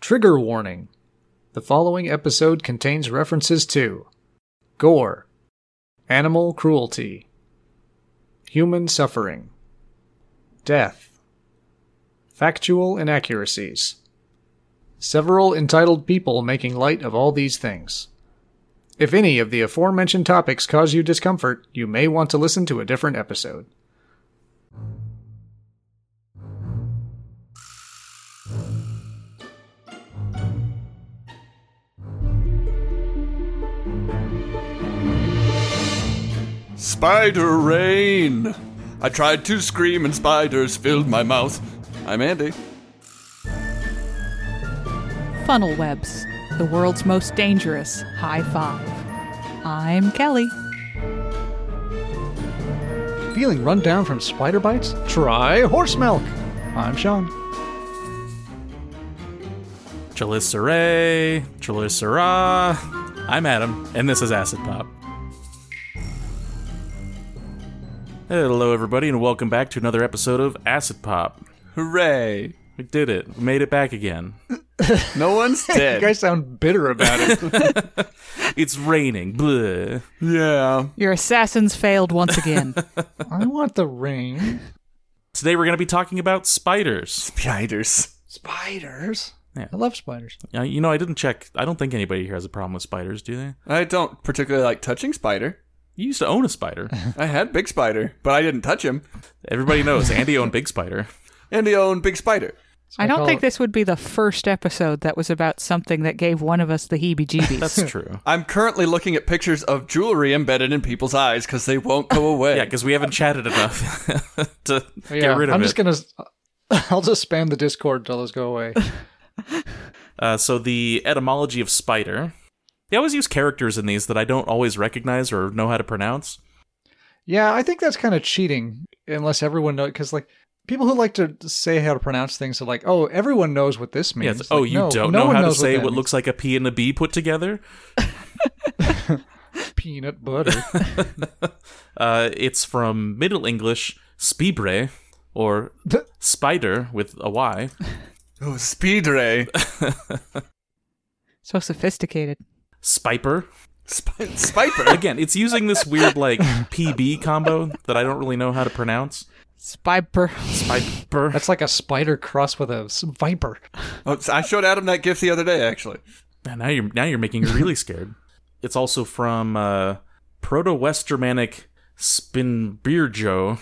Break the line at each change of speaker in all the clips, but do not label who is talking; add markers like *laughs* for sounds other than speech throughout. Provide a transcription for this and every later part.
Trigger warning. The following episode contains references to gore, animal cruelty, human suffering, death, factual inaccuracies, several entitled people making light of all these things. If any of the aforementioned topics cause you discomfort, you may want to listen to a different episode.
Spider rain! I tried to scream and spiders filled my mouth. I'm Andy.
Funnel webs, the world's most dangerous. High five. I'm Kelly.
Feeling run down from spider bites? Try horse milk. I'm Sean.
Chelicerae, Chelicera. I'm Adam, and this is Acid Pop. Hello, everybody, and welcome back to another episode of Acid Pop.
Hooray!
We did it. We made it
*laughs*
back again.
No
*laughs*
one's
You
dead.
guys sound bitter about it.
It's raining. Bleh.
yeah.
Your assassins failed once
*laughs*
again.
I want the
*laughs*
rain.
Today we're going to be talking about spiders.
Spiders.
Spiders.
Yeah.
I love spiders.
Uh, you know, I didn't check. I don't think anybody here has a problem with spiders, do they?
I don't particularly like touching spider.
You used to own a spider.
*laughs*
I had big spider, but I didn't touch him.
Everybody knows Andy owned Big Spider.
Andy owned big spider.
I
call
don't think
it-
this would be the first episode that was about something that gave one of us the heebie jeebies.
*laughs*
That's true.
I'm currently looking at pictures of jewelry embedded in people's eyes because they won't
*laughs*
go away.
Yeah, because we haven't chatted enough *laughs* to
Yeah,
get rid of
I'm
it.
just gonna. *laughs* I'll just spam the Discord till those go
*laughs*
away.
Uh, so the etymology of spider. They always use characters in these that I don't always recognize or know how to pronounce.
yeah, I think that's kind of cheating, unless everyone knows. Because like people who like to say how to pronounce things are like, "Oh, everyone knows what this means."
Yes. oh,
Like,
you
no,
don't
no
know
one
how to
knows
say
that
what,
means.
looks like a P and a B put together?
*laughs* peanut
*laughs*
butter.
Uh, it's from Middle English spibre, or spider with a Y.
Oh, speedray.
*laughs* so sophisticated.
Spiper.
Sp-
*laughs*
spiper.
Again, it's using this
*laughs*
weird like PB combo that I don't really know how to pronounce.
Spiper.
Spiper.
that's like a spider cross with a s- viper.
Oh, I showed Adam that gift the other day, actually.
Man, now you're now you're making me really scared. It's also from uh, Proto West Germanic Spinbirjo.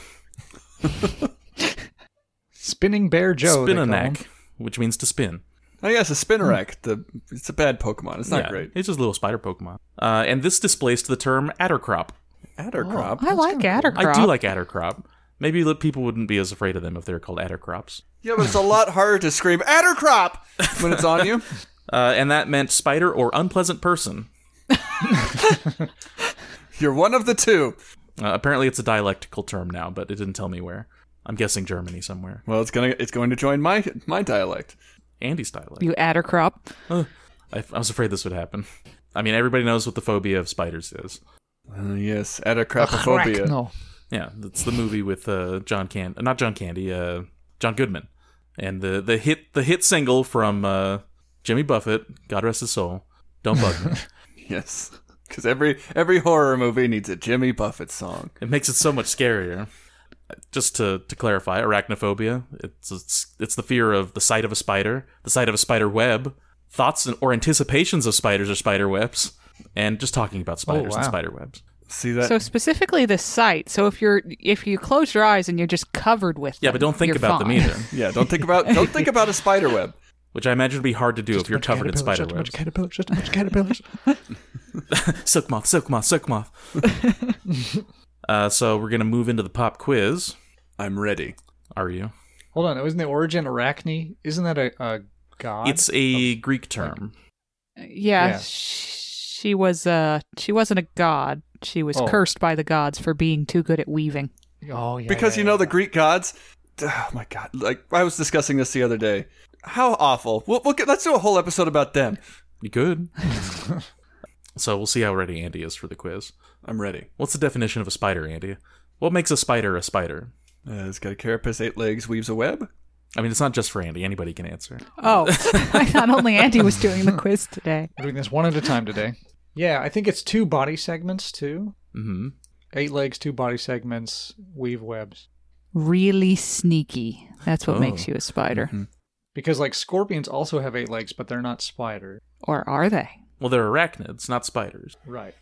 Spinning Bear Joe. they call him.
Spinanak, which means to spin.
Oh, yes, a spinnerack. The, it's a bad Pokemon. It's not
Yeah,
great.
It's just a little spider Pokemon. Uh, and this displaced the term Addercrop.
Addercrop.
I like Addercrop.
Oh, I do like Addercrop. Maybe li- people wouldn't be as afraid of them if they were called Addercrops.
Yeah, but it's a lot harder to scream "Addercrop" when it's on you.
Uh, and that meant spider or unpleasant person.
You're one of the two.
Uh, apparently, it's a dialectical term now, but it didn't tell me where. I'm guessing Germany somewhere.
Well, it's gonna it's going to join my my dialect.
Andy's dialect.
You Addercrop.
I, I was afraid this would happen. *laughs* I mean, everybody knows what the phobia of spiders is.
Uh, yes, Addercrapophobia.
No.
Yeah, that's the movie with uh, John Can, uh, not John Candy, uh, John Goodman, and the the hit the hit single from uh, Jimmy Buffett, God rest his soul. Don't bug me.
Yes, because every every horror movie needs a Jimmy Buffett song.
It makes it so much scarier. Just to, to clarify, arachnophobia it's, it's it's the fear of the sight of a spider, the sight of a spider web, thoughts and, or anticipations of spiders or spider webs, and just talking about spiders
wow.
and spider webs.
See that?
So specifically the sight. So if you're if you close your eyes and you're just covered with
Yeah,
them,
but don't think
you're
about them
fine.
either,
yeah, don't think about don't think about a spider web.
which I imagine would be hard to do if
Just a
you're
bunch of
covered in
caterpillars,
spider
just a bunch
webs.
of caterpillars, just a bunch of caterpillars.
Silk moth, silk moth, silk moth. uh, so we're gonna move into the pop quiz.
I'm ready.
Are you?
Hold on, oh, isn't the origin arachne? Isn't that a, a god?
It's a Greek term.
Uh, Yeah,
Yeah.
sh- she was uh she wasn't a god. She was
Oh.
cursed by the gods for being too good at weaving.
oh yeah.
Because
yeah,
you know
yeah.
the Greek gods. Oh my god! Like I was discussing this the other day. How awful. We'll, we'll get, let's do a whole episode about them.
You good? so we'll see how ready Andy is for the quiz.
I'm ready.
What's the definition of a spider, Andy? What makes a spider a spider?
Uh, it's got a carapace, eight legs, weaves a web.
I mean, it's not just for Andy. Anybody can answer.
Oh, *laughs* I thought only Andy was doing the quiz today.
We're doing this one at a time today. *laughs* Yeah, I think it's two body segments too.
hmm
Eight legs, two body segments, weave webs.
Really sneaky. That's what
Oh.
makes you a spider.
Because like scorpions also have eight legs, but they're not spider.
Or are they?
Well, they're arachnids, not spiders.
Right.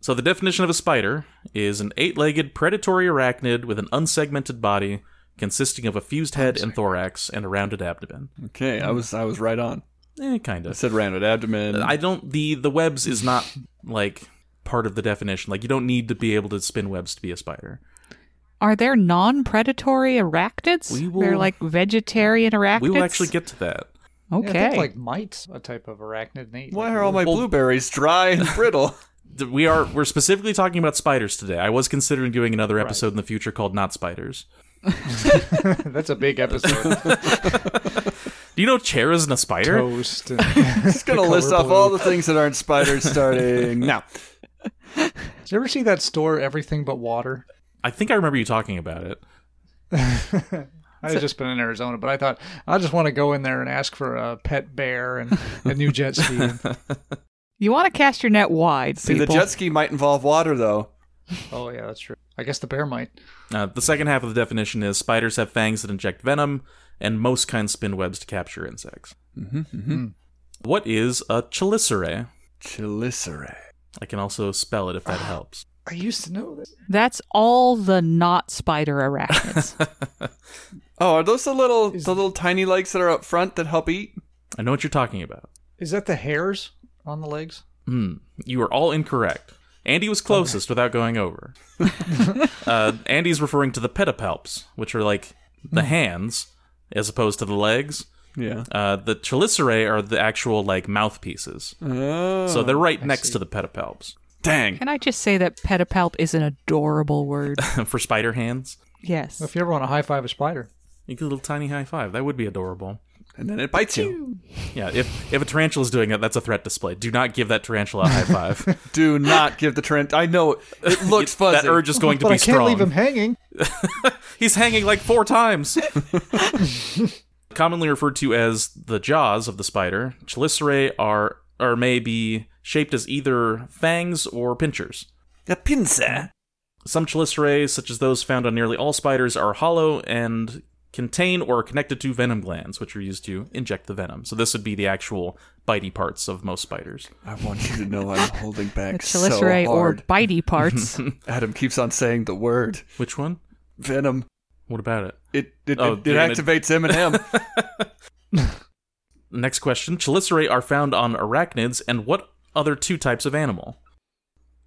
So the definition of a spider is an eight-legged predatory arachnid with an unsegmented body consisting of a fused head and thorax and a rounded abdomen.
Okay, I was I was right on.
Eh, kind
I
of.
said rounded abdomen.
I don't the the webs is not like part of the definition. Like you don't need to be able to spin webs to be a spider.
Are there non predatory arachnids?
We will-
They're like vegetarian arachnids.
We will actually get to that.
Yeah,
Okay.
I think, like mites, a type of arachnid. and they eat,
Why
like,
are all my
Well-
blueberries dry and *laughs* brittle?
Th- We are we're specifically talking about spiders today. I was considering doing another episode in the future called Not Spiders.
*laughs* That's a big episode.
*laughs*
Do you know chair isn't a spider?
Toast. and-
Just gonna
The
list
color
off all
blue.
the things that aren't spiders *laughs* starting now.
Did you ever see that store, Everything But Water?
I think I remember you talking about it.
*laughs* I had just been in Arizona, but I thought I just want to go in there and ask for a pet bear and a new jet
*laughs*
ski. And,
you want to cast your net wide.
See, the
people.
jet ski might involve water though.
oh yeah, that's true. I guess the bear might.
Uh, the second half of the definition is spiders have fangs that inject venom, and most kinds spin webs to capture insects. Mm-hmm, What is a chelicerae?
Chelicerae.
I can also spell it if that helps.
I used to know this.
That's all the not spider arachnids.
*laughs*
Oh, are those the little the little tiny legs that are up front that help eat?
I know what you're talking about.
Is that the hairs on the legs?
Hmm. You are all incorrect. Andy was closest without going over.
*laughs*
uh, Andy's referring to the pedipalps, which are like the
Hmm.
hands as opposed to the legs.
Yeah.
Uh, the chelicerae are the actual like mouthpieces,
Oh.
so they're right
I
next
see.
to the pedipalps *laughs*
dang.
Can I just say that pedipalp is an adorable
*laughs*
word?
for spider hands.
Yes.
If you ever want to high five a spider,
You get a little tiny high five. That would be adorable.
And then it bites you.
Yeah, if if a tarantula's doing that, that's a threat display. Do not give that tarantula a high
*laughs*
five.
Do not give the Trent. I know *laughs* it looks fuzzy.
that urge is going to
but
be
I can't
strong.
leave him hanging.
He's hanging like four times. Commonly referred to as the jaws of the spider, chelicerae are or may be shaped as either fangs or pinchers.
a pincer.
Some chelicerae, such as those found on nearly all spiders, are hollow and contain or are connected to venom glands, which are used to inject the venom. So this would be the actual bitey parts of most spiders.
I want you to know I'm holding
the
back so
chelicerae
hard.
or bitey
*laughs*
parts.
Adam keeps on saying the word
Which one?
venom.
What about it?
It it,
Oh,
it, it
damn it.
activates *laughs* Eminem.
Next question. Chelicerae are found on arachnids and what other two types of animal?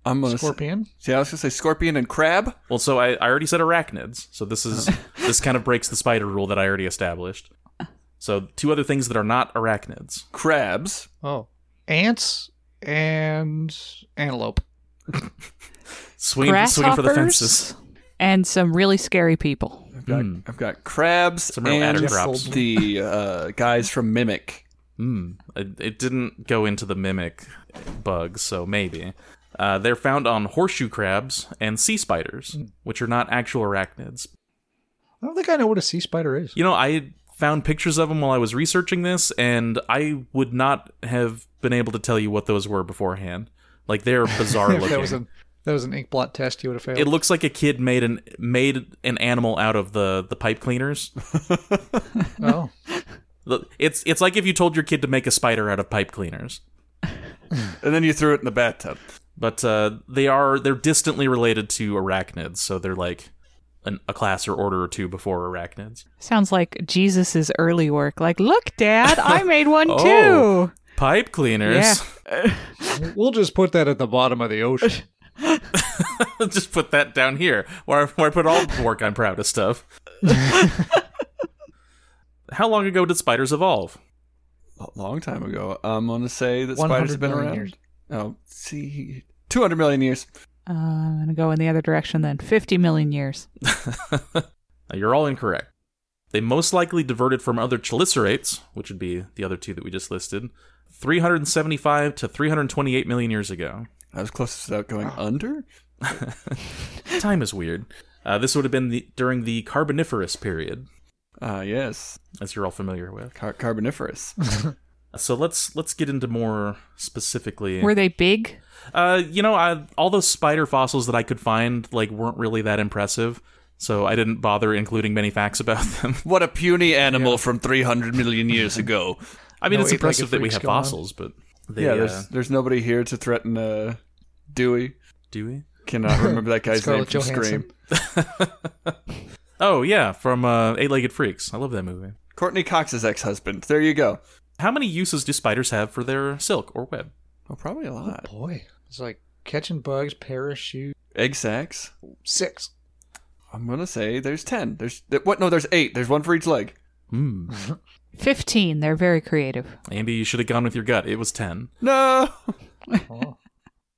I'm gonna
Scorpion.
Say, yeah, I was gonna say scorpion and crab.
Well, so I, I already said arachnids, so this is
Oh. *laughs*
this kind of breaks the spider rule that I already established. So two other things that are not arachnids.
Crabs.
Oh, ants and antelope.
Swing, swinging for the fences.
and some really scary people.
I've got, I've got crabs
Some real
and
addercrops.
the uh, guys from Mimic.
Hmm. It, it didn't go into the mimic bugs, so maybe. Uh, they're found on horseshoe crabs and sea spiders, which are not actual arachnids.
I don't think I know what a sea spider is.
You know, I found pictures of them while I was researching this, and I would not have been able to tell you what those were beforehand. Like
*laughs*
they're bizarre
If
looking.
that was an that was an ink blot test, you would have failed.
It looks like a kid made an made an animal out of the the pipe cleaners.
oh,
Look, It's it's like if you told your kid to make a spider out of pipe cleaners.
And then you threw it in the bathtub.
But uh, they are they're distantly related to arachnids, so they're like an, a class or order or two before arachnids.
Sounds like Jesus's early work. Like, look, Dad, I made one
Oh.
too. Uh,
Pipe cleaners.
Oh. we'll just put that at the bottom of the ocean.
*laughs* Just put that down here where I, where I put all the work I'm proud of stuff. *laughs* How long ago did spiders evolve?
A long time ago. I'm gonna say that
100
spiders have been
million
around.
years.
Oh, see, 200 million years.
Uh, I'm gonna go in the other direction then. Fifty million years.
Uh, You're all incorrect. They most likely diverted from other chelicerates, which would be the other two that we just listed, 375 to 328 million years ago.
I was closest without going under.
Time is weird. Uh, this would have been the, during the Carboniferous period.
Ah, yes.
as you're all familiar with.
Car- carboniferous. *laughs*
So let's let's get into more specifically.
Were they big?
Uh, you know, I, all those spider fossils that I could find like weren't really that impressive, so I didn't bother including many facts about *laughs* them.
what a puny animal from 300 million years ago.
I mean,
No eight-legged
it's impressive that we
freaks
have
going on.
fossils, but they,
yeah,
uh,
there's there's nobody here to threaten uh, Dewey.
do we?
Cannot remember that guy's name
Scarlett
from
Johansson.
Scream.
Oh yeah, from uh, Eight Legged Freaks. I love that movie.
Courtney Cox's ex-husband. There you go.
How many uses do spiders have for their silk or web?
Well, probably a lot.
Boy, it's like catching bugs, parachute.
Egg sacs.
Six.
I'm gonna say there's ten. There's th- what? No, there's eight. There's one for each leg.
Hmm.
15. They're very creative.
Andy, you should have gone with your gut. It was ten.
No. *laughs*
Oh.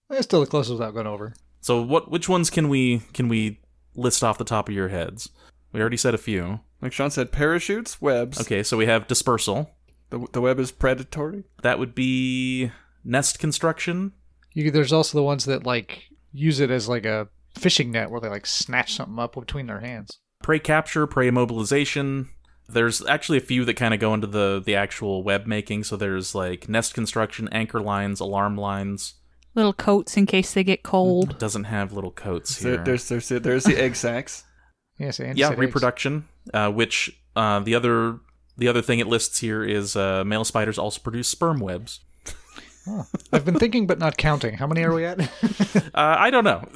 That's still the closest without going over.
So what? Which ones can we can we list off the top of your heads? We already said a few.
Like Sean said, parachutes, webs.
Okay, so we have dispersal.
The, the web is predatory.
That would be nest construction.
You, there's also the ones that like use it as like a fishing net where they like snatch something up between their hands.
prey capture, prey immobilization. There's actually a few that kind of go into the the actual web making. So there's like nest construction, anchor lines, alarm lines.
Little coats in case they get cold.
It doesn't have little coats
So
here.
there's there's the- there's the egg *laughs* sacs.
Yes, and
yeah, reproduction. Uh, which uh, the other the other thing it lists here is uh, male spiders also produce sperm webs.
I've been thinking but not counting. How many are we at?
Uh, I don't know. *laughs*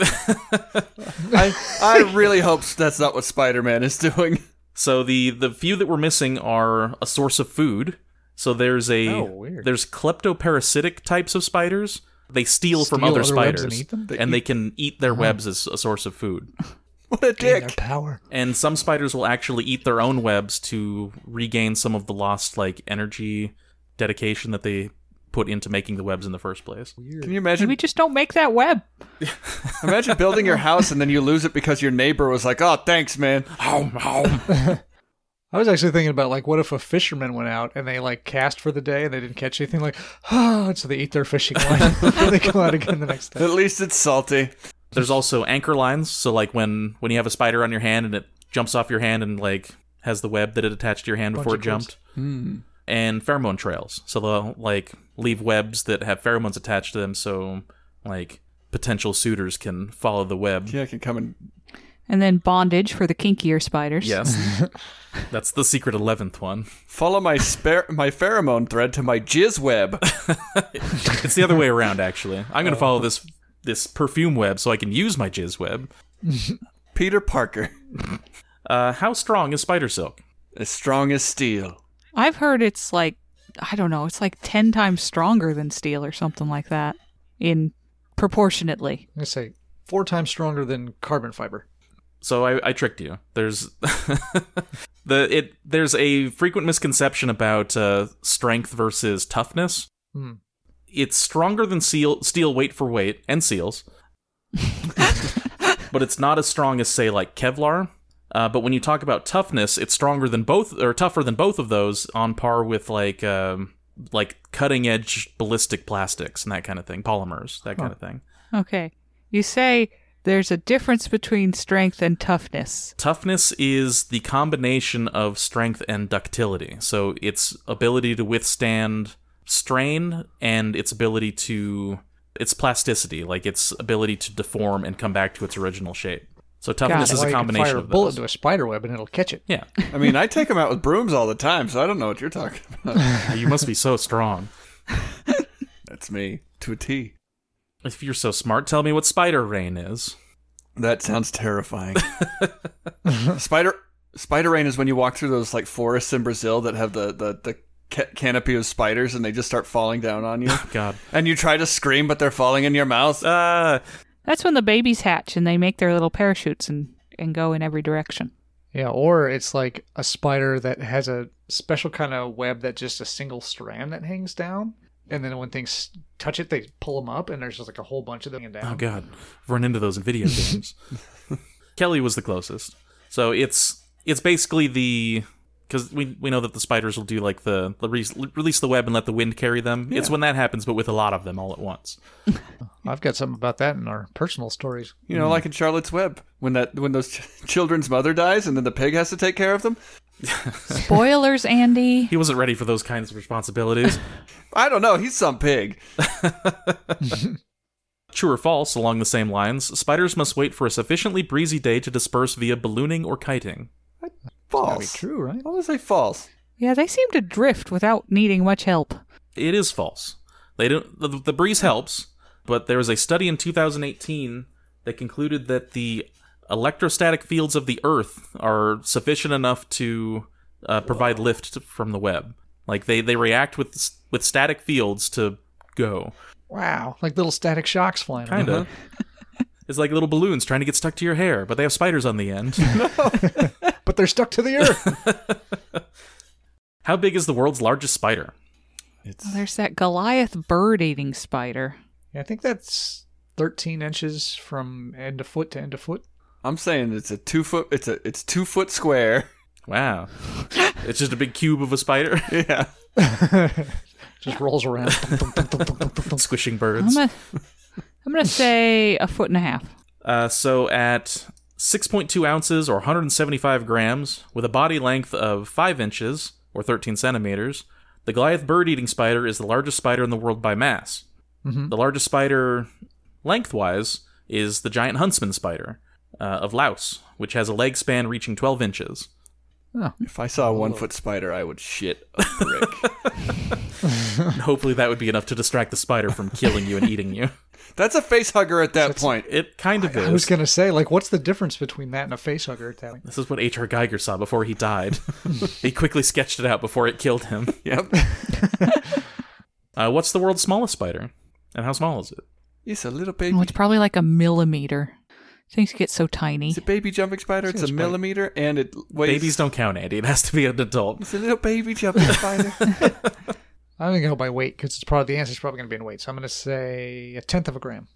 I I really hope that's not what Spider-Man is doing. *laughs*
so the the few that we're missing are a source of food. So there's a
Oh, weird.
there's kleptoparasitic types of spiders. They steal, from
Steal
other,
other webs
spiders,
and eat Uh-huh. them?
They
and
eat-
they can eat their webs as a source of food.
What a
Their
dick.
power.
and some spiders will actually eat their own webs to regain some of the lost like energy dedication that they put into making the webs in the first place.
Can you
And
imagine?
we just don't make that web.
*laughs* imagine building your house and then you lose it because your neighbor was like, "Oh, thanks, man."
*laughs* I was actually thinking about like what if a fisherman went out and they like cast for the day and they didn't catch anything like *sighs* ah and so they eat their fishing line *laughs* and they go out again the next
*laughs*
day.
At least it's salty.
There's also anchor lines, so like when when you have a spider on your hand and it jumps off your hand and like has the web that it attached to your hand before
of
it
webs.
jumped. And pheromone trails. So they'll like leave webs that have pheromones attached to them so like potential suitors can follow the web.
Yeah, I can come and
And then bondage for the kinkier spiders.
Yes. That's the secret 11th one.
follow my spare my pheromone thread to my jizz web. *laughs*
It's the other way around, actually. I'm going to follow this this perfume web so I can use my jizz web.
Peter Parker,
Uh, how strong is spider silk?
as strong as steel.
I've heard it's like, I don't know, it's like 10 times stronger than steel or something like that in proportionately.
I'm gonna say four times stronger than carbon fiber.
So I, I tricked you. There's *laughs* the it. There's a frequent misconception about uh, strength versus toughness.
Hmm.
It's stronger than seal, steel weight for weight and seals, but it's not as strong as say like Kevlar. Uh, but when you talk about toughness, it's stronger than both or tougher than both of those, on par with like um, like cutting edge ballistic plastics and that kind of thing, polymers, that kind of thing.
Okay. You say there's a difference between strength and toughness.
Toughness is the combination of strength and ductility. So its ability to withstand strain and its ability to its plasticity, like its ability to deform and come back to its original shape. So toughness
Got it.
is
Why
a
you can
combination
fire a
of
bullet
those.
into a spider web and it'll catch it.
Yeah,
I mean, I take them out with brooms all the time, so I don't know what you're talking
*laughs*
about.
*laughs* you must be so strong.
That's me to a T.
If you're so smart, tell me what spider rain is.
That
*laughs*
sounds terrifying. spider spider rain is when you walk through those like forests in Brazil that have the the, the ca- canopy of spiders and they just start falling
*laughs*
down on you.
God.
and you try to scream, but they're falling in your mouth.
Ah.
Uh,
That's when the babies hatch and they make their little parachutes and, and go in every direction.
Yeah, or it's like a spider that has a special kind of web that just a single strand that hangs down, and then when things touch it, they pull them up, and there's just like a whole bunch of them hanging down.
Oh god, I've run into those in video games. Kelly was the closest. So it's it's basically the because we we know that the spiders will do like the, the re- release the web and let the wind carry them. It's when that happens, but with a lot of them all at once.
I've got something about that in our personal stories.
You know, like in Charlotte's Web, when that when those ch- children's mother dies, and then the pig has to take care of them.
Spoilers, Andy.
He wasn't ready for those kinds of responsibilities.
I don't know. He's some pig.
True or false, along the same lines, spiders must wait for a sufficiently breezy day to disperse via ballooning or kiting.
That'd be
False.
true, right?
I want to say false.
Yeah, they seem to drift without needing much help.
It is false. They don't. The, the breeze helps, but there was a study in 2018 that concluded that the electrostatic fields of the Earth are sufficient enough to uh, provide lift from the web. Like they they react with s- with static fields to go.
Wow, like little static shocks flying. around.
Kind of. It's like little balloons trying to get stuck to your hair, but they have spiders on the end.
but they're stuck to the
*laughs*
earth.
How big is the world's largest spider?
It's
Oh, there's that Goliath bird eating spider.
yeah, I think that's 13 inches from end of foot to end of *laughs* foot.
I'm saying it's a two foot. It's a it's two foot square.
Wow. it's just a big cube of a spider
Yeah.
Just rolls around. Thump, thump, thump, thump, thump, thump, thump.
*laughs* squishing
I'm
birds.
gonna, I'm gonna say a foot and a half.
Uh, so at 6.2 ounces or 175 grams, with a body length of 5 inches or 13 centimeters, the Goliath bird eating spider is the largest spider in the world by mass.
Mhm.
The largest spider lengthwise is the giant huntsman spider uh, of Laos, which has a leg span reaching
*laughs*
12 inches.
If I saw a one foot spider, I would shit *laughs* a brick.
And hopefully that would be enough to distract the spider from killing you and eating you.
That's a face hugger at that
*laughs*
point.
It kind of
I
is.
was gonna say, like, what's the difference between that and a face hugger at that point?
This is what H.R. Geiger saw before
*laughs*
he died. he quickly sketched it out before it killed him.
Yep.
Uh, what's the world's smallest spider? And how small is it?
It's a little baby.
Oh, it's probably like a millimeter. Things get so tiny.
It's a baby jumping spider. It's
Seems
a
fine.
millimeter, and it weighs.
Babies don't count, Andy. *laughs* It has to be an adult.
It's a little baby jumping spider.
I'm gonna go by weight because it's probably the answer's probably gonna be in weight. So I'm gonna say a tenth of a gram.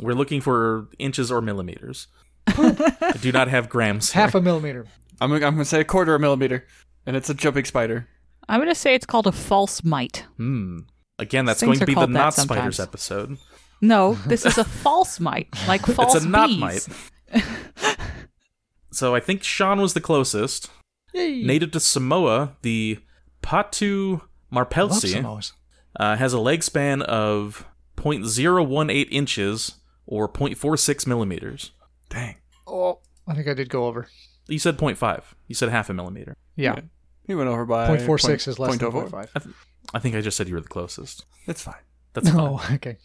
We're looking for inches or millimeters.
*laughs*
I do not have grams. here.
Half a millimeter.
I'm, I'm gonna say a quarter of a millimeter, and it's a jumping spider.
I'm gonna say it's called a false mite.
Hmm. Again, that's
Things
going to
are
be the
called that
not spiders
sometimes.
episode.
No, this
*laughs*
is a false mite, like false
it's a not
bees.
mite. *laughs* so I think Sean was the closest.
Hmm.
Native to Samoa, the
Love
Patu marpelsi.
Samoas.
uh, has a leg span of 0.018 inches or 0.46 millimeters.
Dang.
Oh, I think I did go over.
You said 0.5. You said half a millimeter.
Yeah,
He went over by
point four six
point-
is less
point
than
oh four.
point five.
I think I just said you were the closest.
It's fine. *laughs*
That's
No, okay.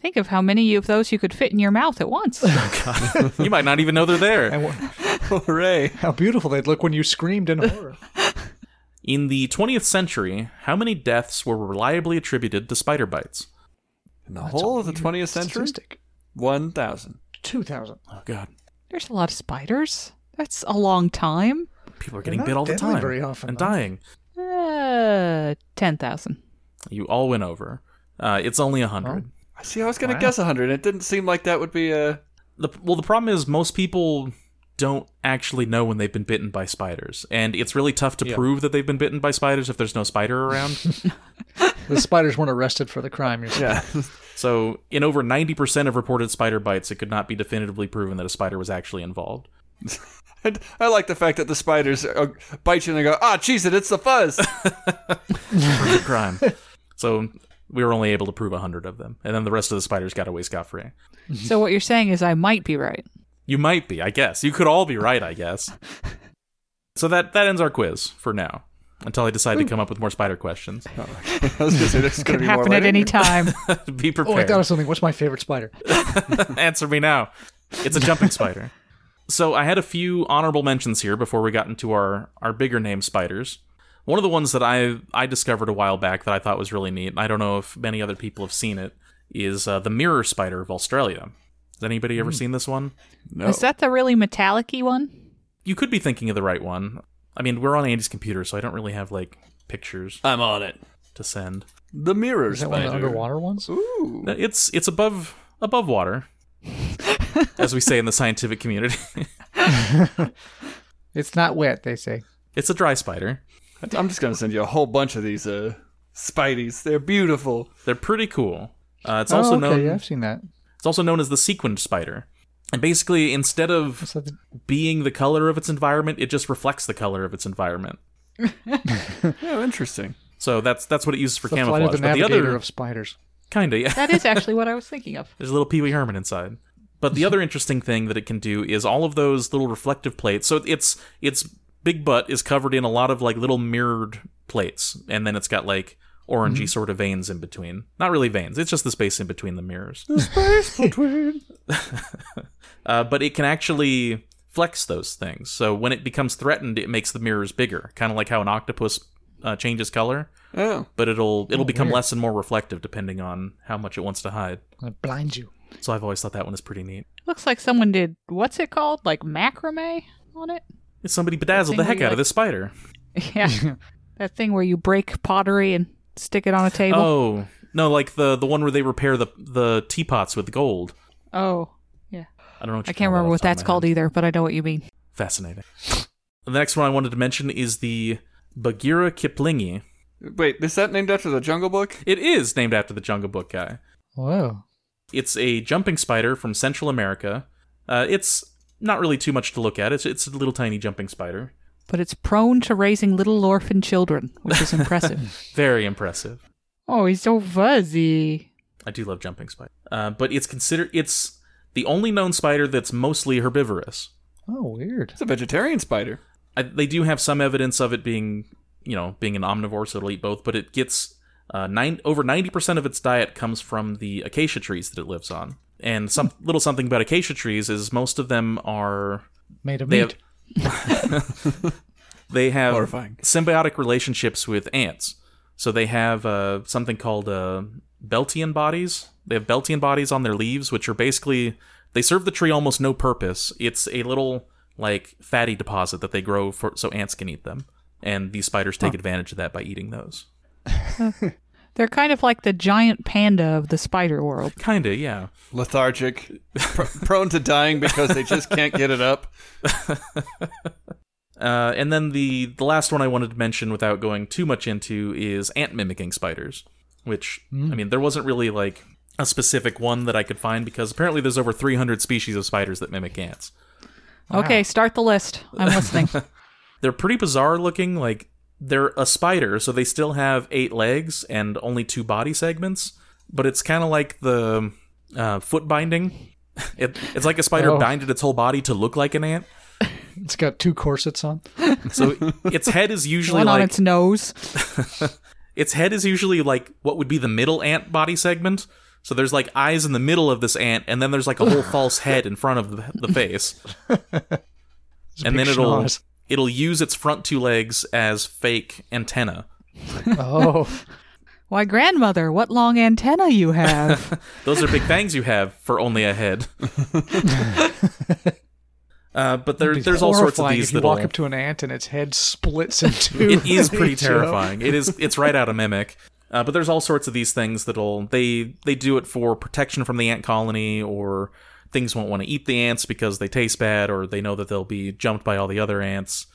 Think of how many of those you could fit in your mouth at *laughs* once.
fine. *laughs* you might not even know they're there.
*laughs* And wha-
Hooray!
how beautiful they'd look when you screamed *laughs* in horror.
In the 20th century, how many deaths were reliably attributed to spider bites?
In the
That's a
whole of the
weird
20th century,
statistic.
one thousand.
Two thousand.
Oh god,
There's a lot of spiders. That's a long time.
people are getting
not
bit all the
deadly
time
very often,
and
though.
dying.
Uh, ten *laughs* thousand.
You all went over. Uh, it's only 100.
See, I was gonna
Wow.
guess hundred. It didn't seem like that would be a.
The, well, the problem is most people don't actually know when they've been bitten by spiders, and it's really tough to
Yeah.
prove that they've been bitten by spiders if there's no spider around.
The spiders weren't arrested for the crime. You're saying.
*laughs* Yeah.
so, in over 90% of reported spider bites, it could not be definitively proven that a spider was actually involved.
And I like the fact that the spiders uh, bite you and they go, ah, cheese it, it's the fuzz. *laughs*
*laughs*
Perfect crime. So, we were only able to prove 100 of them, and then the rest of the spiders got away scot free.
So what you're saying is I might be right.
You might be, I guess. You could all be right, I guess. So, that, that ends our quiz for now. Until I decide to come up with more spider questions,
Oh.
I was gonna say, there's gonna
Could
be more
happen at
later.
any *laughs* time.
*laughs* be prepared.
Oh, I thought of something. What's my favorite spider?
*laughs* Answer me now. It's a jumping spider. So I had a few honorable mentions here before we got into our our bigger name spiders. One of the ones that I I discovered a while back that I thought was really neat, and I don't know if many other people have seen it, is uh, the mirror spider of Australia. Has anybody
Hmm.
ever seen this one?
No.
Is that the really metallic-y one?
You could be thinking of the right one. I mean, we're on Andy's computer, so I don't really have like pictures
I'm on it.
to send. Uh,
The mirror
Is that one of the
spider.
underwater ones?
Ooh.
It's it's above above water, as we say in the scientific community. *laughs*
It's not wet, they say.
it's a dry spider.
I'm just gonna send you a whole bunch of these uh, spideys. They're beautiful.
They're pretty cool. Uh, it's also
oh, okay,
known
yeah, I've seen that.
it's also known as the sequined spider, And basically, instead of
What's that?
being the color of its environment, it just reflects the color of its environment.
Oh, interesting.
So that's that's what it uses for
The flight of
camouflage.
the
but the
navigator
other *laughs*
of spiders.
kind of yeah.
That is actually what I was thinking *laughs* of.
There's a little Pee Wee Herman inside. But the other interesting thing that it can do is all of those little reflective plates. So it's its big butt is covered in a lot of like little mirrored plates, and then it's got like
Mm-hmm.
orangey sort of veins in between. Not really veins. It's just the space in between the mirrors. Uh, but it can actually flex those things. So when it becomes threatened, it makes the mirrors bigger, kind of like how an octopus uh, changes color.
Oh,
But it'll it'll become
weird.
less and more reflective depending on how much it wants to hide.
It blinds you.
So I've always thought that one is pretty neat.
Looks like someone did what's it called? Like macrame on it? *laughs*
Somebody bedazzled the
thing where
heck
you,
out
like-
of this spider.
*laughs* Yeah. that thing where you break pottery and stick it on a table.
Oh no, like the the one where they repair the the teapots with gold.
Oh, yeah.
I don't know. What you
I
call
can't remember
that
what
off the top of
that's
my
called e-
head.
either, but I know what you mean.
Fascinating. the next one I wanted to mention is the Bagheera Kiplingi.
wait, is that named after the Jungle Book?
It is named after the Jungle Book guy.
Whoa.
It's a jumping spider from Central America. Uh, it's not really too much to look at. It's it's a little tiny jumping spider.
But it's prone to raising little orphan children, which is *laughs* impressive.
Very impressive.
oh, he's so fuzzy.
I do love jumping spider. Uh, but it's considered it's the only known spider that's mostly herbivorous.
Oh, weird.
It's a vegetarian spider.
I, they do have some evidence of it being, you know, being an omnivore, so it'll eat both. But it gets uh, nine over ninety percent of its diet comes from the acacia trees that it lives on. And some little something about acacia trees is most of them are
Made of
they
meat.
have- they have
Horrifying.
symbiotic relationships with ants. So they have uh, something called uh, Beltian bodies. They have Beltian bodies on their leaves, which are basically they serve the tree almost no purpose. It's a little like fatty deposit that they grow for so ants can eat them, and these spiders take advantage of that by eating those.
They're kind of like the giant panda of the spider world.
Kinda, yeah.
Lethargic, *laughs* pr- prone to dying because they just can't get it up.
Uh, and then the the last one I wanted to mention without going too much into is ant mimicking spiders, which I mean there wasn't really like a specific one that I could find because apparently there's over 300 species of spiders that mimic ants.
Okay, start the list.
*laughs*
I'm listening.
They're pretty bizarre looking, like they're a spider, so they still have eight legs and only two body segments, but it's kind of like the uh, foot binding. *laughs* It, it's like a spider
Oh.
binded its whole body to look like an ant.
It's got two corsets on.
So its head is usually
One on
like
its nose.
its head is usually like what would be the middle ant body segment. So there's like eyes in the middle of this ant, and then there's like a
*laughs*
whole false head in front of the, the face,
It's a
and
big
then it'll
schnoz.
it'll use its front two legs as fake antenna.
*laughs* Oh,
Why, grandmother, what long antenna you
*laughs*
have.
Those are big fangs you have for only
*laughs*
a head. uh, but there,
It'd be
there's all sorts of
horrifying
these
If you
that
walk up to an ant and its head splits
*laughs*
in *laughs* two.
it is pretty
So-
terrifying. It is it's right out of mimic. Uh, but there's all sorts of these things that'll they they do it for protection from the ant colony or things won't want to eat the ants because they taste bad or they know that they'll be jumped by all the other ants.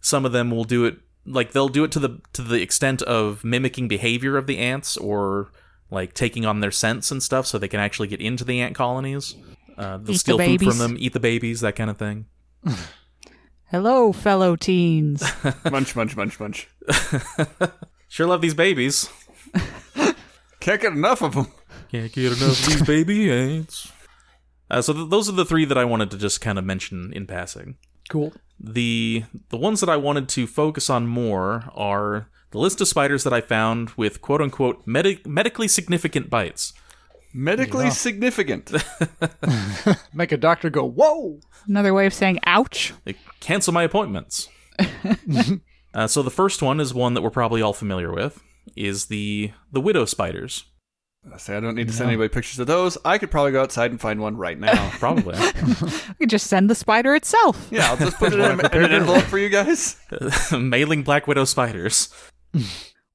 Some of them will do it like they'll do it to the to the extent of mimicking behavior of the ants or like taking on their scents and stuff so they can actually get into the ant colonies. Uh,
Eat
they'll
the
steal food
babies.
from them, eat the babies, that kind of thing.
Hello, fellow teens.
Munch, munch, munch, munch.
Sure love these babies.
Can't get enough of them.
Can't get enough of these *laughs* baby ants. Uh, so th- those are the three that I wanted to just kind of mention in passing.
Cool.
The the ones that I wanted to focus on more are the list of spiders that I found with quote unquote medi- medically significant bites.
*laughs*
Medically significant.
Make a doctor go, whoa!
Another way of saying ouch.
They cancel my appointments. uh, so the first one is one that we're probably all familiar with is the the widow spiders.
I say I don't need to send anybody pictures of those. I could probably go outside and find one right now.
Uh, Probably. *laughs*
You could just send the spider itself.
Yeah, I'll just put it in, a- in an envelope for you guys.
Mailing black widow spiders.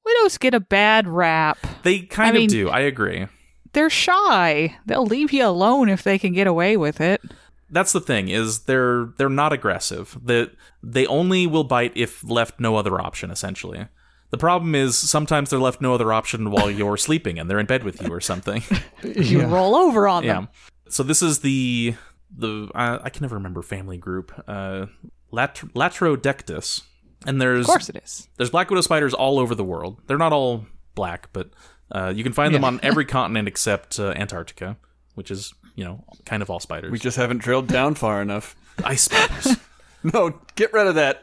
Widows get a bad rap.
They kind of
mean-
do. I agree.
They're shy. They'll leave you alone if they can get away with it.
that's the thing is they're they're not aggressive. That they only will bite if left no other option. Essentially, the problem is sometimes they're left no other option
*laughs*
while you're sleeping and they're in bed with you or something.
You roll over on
yeah.
them.
So this is the the I, I can never remember family group uh, Lat- Latrodectus, and there's
Of course it is.
there's black widow spiders all over the world. They're not all black, but uh, you can find them
Yeah.
on
*laughs*
every continent except uh, Antarctica, which is you know kind of all
*laughs*
spiders.
We just haven't drilled down far enough.
Ice spiders.
No, get rid of that.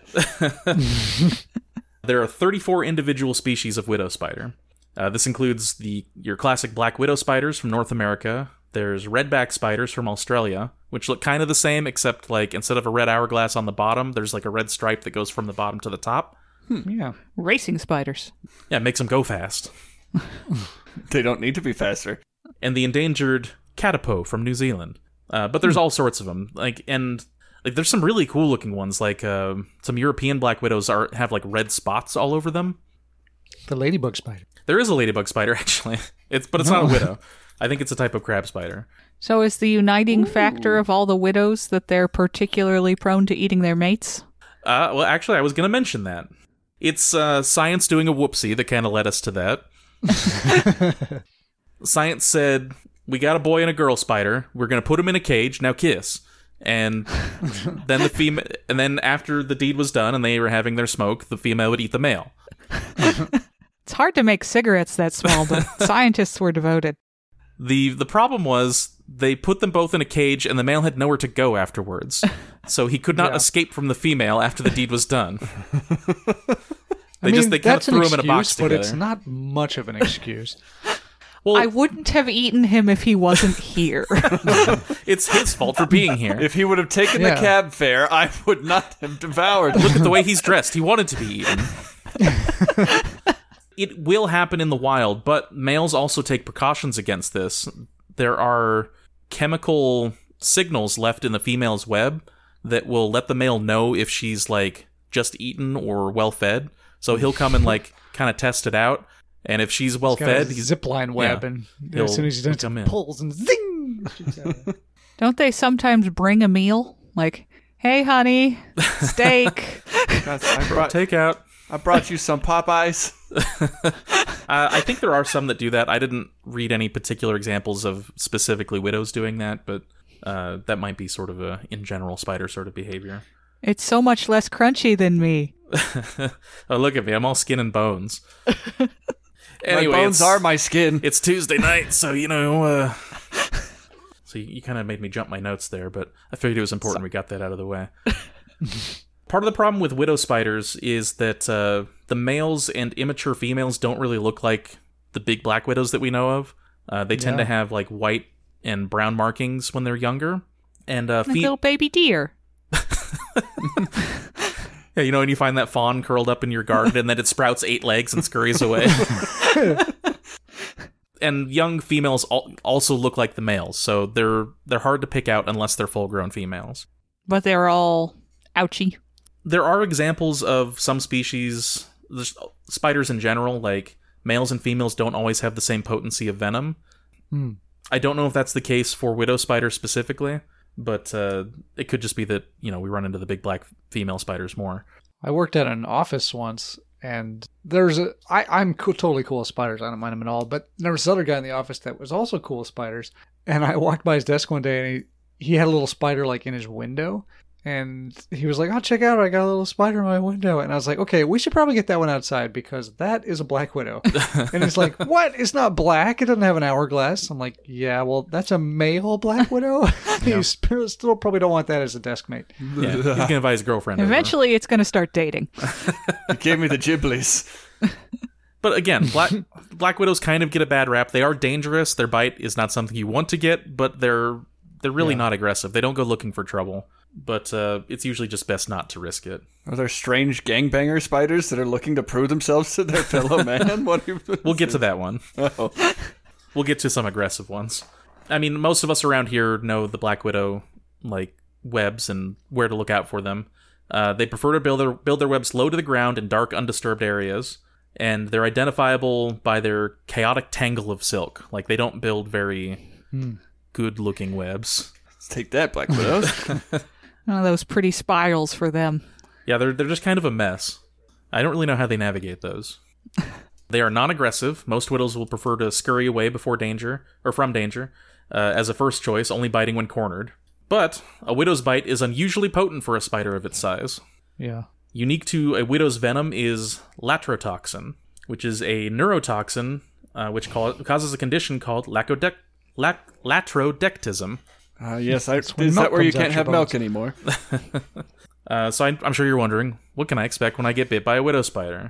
There are 34 individual species of widow spider. Uh, this includes the your classic black widow spiders from North America. There's redback spiders from Australia, which look kind of the same, except like instead of a red hourglass on the bottom, there's like a red stripe that goes from the bottom to the top.
Yeah.
Racing spiders.
Yeah, it makes them go fast.
*laughs* They don't need to be faster.
And the endangered katapo from New Zealand. Uh, but there's all sorts of them. Like and like there's some really cool looking ones. Like uh, some European black widows are have like red spots all over them.
The ladybug spider.
There is a ladybug spider *laughs* actually. It's but it's not a widow. I think it's a type of crab spider.
So is the uniting factor of all the widows that they're particularly prone to eating their mates?
Uh, well, actually, I was going to mention that. It's uh, science doing a whoopsie that kind of led us to that. science said, We got a boy and a girl spider. We're going to put them in a cage. Now kiss. And then the female, and then after the deed was done and they were having their smoke, the female would eat the male.
It's hard to make cigarettes that small,
*laughs*
but scientists were devoted.
the The problem was they put them both in a cage, and the male had nowhere to
*laughs*
go afterwards, so he could not
Yeah.
escape from the female after the deed was done.
I
They just
mean,
they kind of
that's an
threw him in
excuse,
a box
but
together.
it's not much of an excuse.
*laughs* well,
I wouldn't have eaten him if he
*laughs*
wasn't here.
it's his fault for being here.
If he would have taken
Yeah.
the cab fare, I would not have devoured.
Look at the way he's dressed. He wanted to be eaten. it will happen in the wild, but males also take precautions against this. There are chemical signals left in the female's web that will let the male know if she's like just eaten or well fed. So he'll come and like kind of test it out. And if she's well
He's got a
fed, he's
zipline web,
yeah.
and
He'll-
as soon as he's
he'll
done, it
come in.
pulls and zing. shoots *laughs* out.
Don't they sometimes bring a meal? Like, hey, honey,
*laughs*
steak.
Guys, I brought,
take out.
I brought you some Popeyes.
Uh, I think there are some that do that. I didn't read any particular examples of specifically widows doing that, but uh, that might be sort of a in general spider sort of behavior.
it's so much less crunchy than me.
oh, look at me. I'm all skin and
*laughs*
bones. anyway,
my bones
it's,
are my *laughs* skin.
it's Tuesday night, so, you know. Uh, so you, you kind of made me jump my notes there, but I figured it was important we got that out of the way. *laughs* Part of the problem with widow spiders is that uh, the males and immature females don't really look like the big black widows that we know of. Uh, they tend
Yeah.
to have like white and brown markings when they're younger. And uh,
Like
fe-
little baby deer.
Yeah, you know, and you find that fawn curled up in your garden, and then it sprouts eight legs and scurries away. and young females al- also look like the males, so they're they're hard to pick out unless they're full-grown females.
But they're all ouchy.
There are examples of some species, the spiders in general, like males and females don't always have the same potency of venom.
Hmm.
I don't know if that's the case for widow spiders specifically, but uh, it could just be that you know we run into the big black female spiders more.
I worked at an office once, and there's a I, I'm cool, totally cool with spiders. I don't mind them at all. But there was this other guy in the office that was also cool with spiders. And I *laughs* walked by his desk one day, and he, he had a little spider like in his window. And he was like, "Oh, check out! I got a little spider in my window." And I was like, "Okay, we should probably get that one outside because that is a black widow." and he's like, "What? It's not black. It doesn't have an hourglass." I'm like, "Yeah, well, that's a male black widow. *laughs* you sp- still probably don't want that as a desk mate."
Yeah,
*laughs*
you can invite his girlfriend. over.
Eventually, it's going to start dating.
You gave me the Ghiblis.
But again, black black widows kind of get a bad rap. They are dangerous. Their bite is not something you want to get, but they're they're really not aggressive. They don't go looking for trouble. But uh, it's usually just best not to risk it.
Are there strange gangbanger spiders that are looking to prove themselves to their *laughs* fellow man? What do you-
*laughs*
*laughs*
We'll get to that one. We'll get to some aggressive ones. I mean, most of us around here know the black widow like webs and where to look out for them. Uh, they prefer to build their build their webs low to the ground in dark, undisturbed areas, and they're identifiable by their chaotic tangle of silk. Like they don't build very good looking webs.
Let's take that, Black *laughs* Widows.
One of those pretty spirals for them.
Yeah, they're they're just kind of a mess. I don't really know how they navigate those. they are non-aggressive. Most widows will prefer to scurry away before danger or from danger uh, as a first choice, only biting when cornered. But a widow's bite is unusually potent for a spider of its size.
Yeah.
Unique to a widow's venom is latrotoxin, which is a neurotoxin uh, which cau- causes a condition called lacodec- lac- latrodectism.
Uh, yes, I, is
when
that
milk
where you
comes out
can't
your
have milk
bones.
anymore?
Uh, so I, I'm sure you're wondering, what can I expect when I get bit by a widow spider?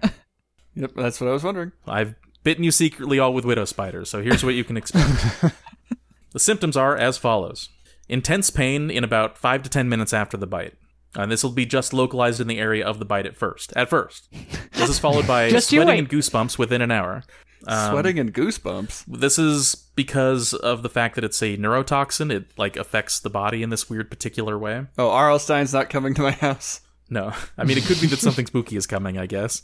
yep, that's what I was wondering.
I've bitten you secretly all with widow spiders, so here's what you can expect.
*laughs*
the symptoms are as follows intense pain in about 5 to 10 minutes after the bite. And this will be just localized in the area of the bite at first. At first. This is followed
*laughs*
by
Just you
sweating
wait.
and goosebumps within an hour.
Sweating and goosebumps.
This is because of the fact that it's a neurotoxin. It like affects the body in this weird particular way.
Oh, R.L. Stein's not coming to my house. *laughs*
No. *laughs* I mean it could be that something spooky is coming, I guess.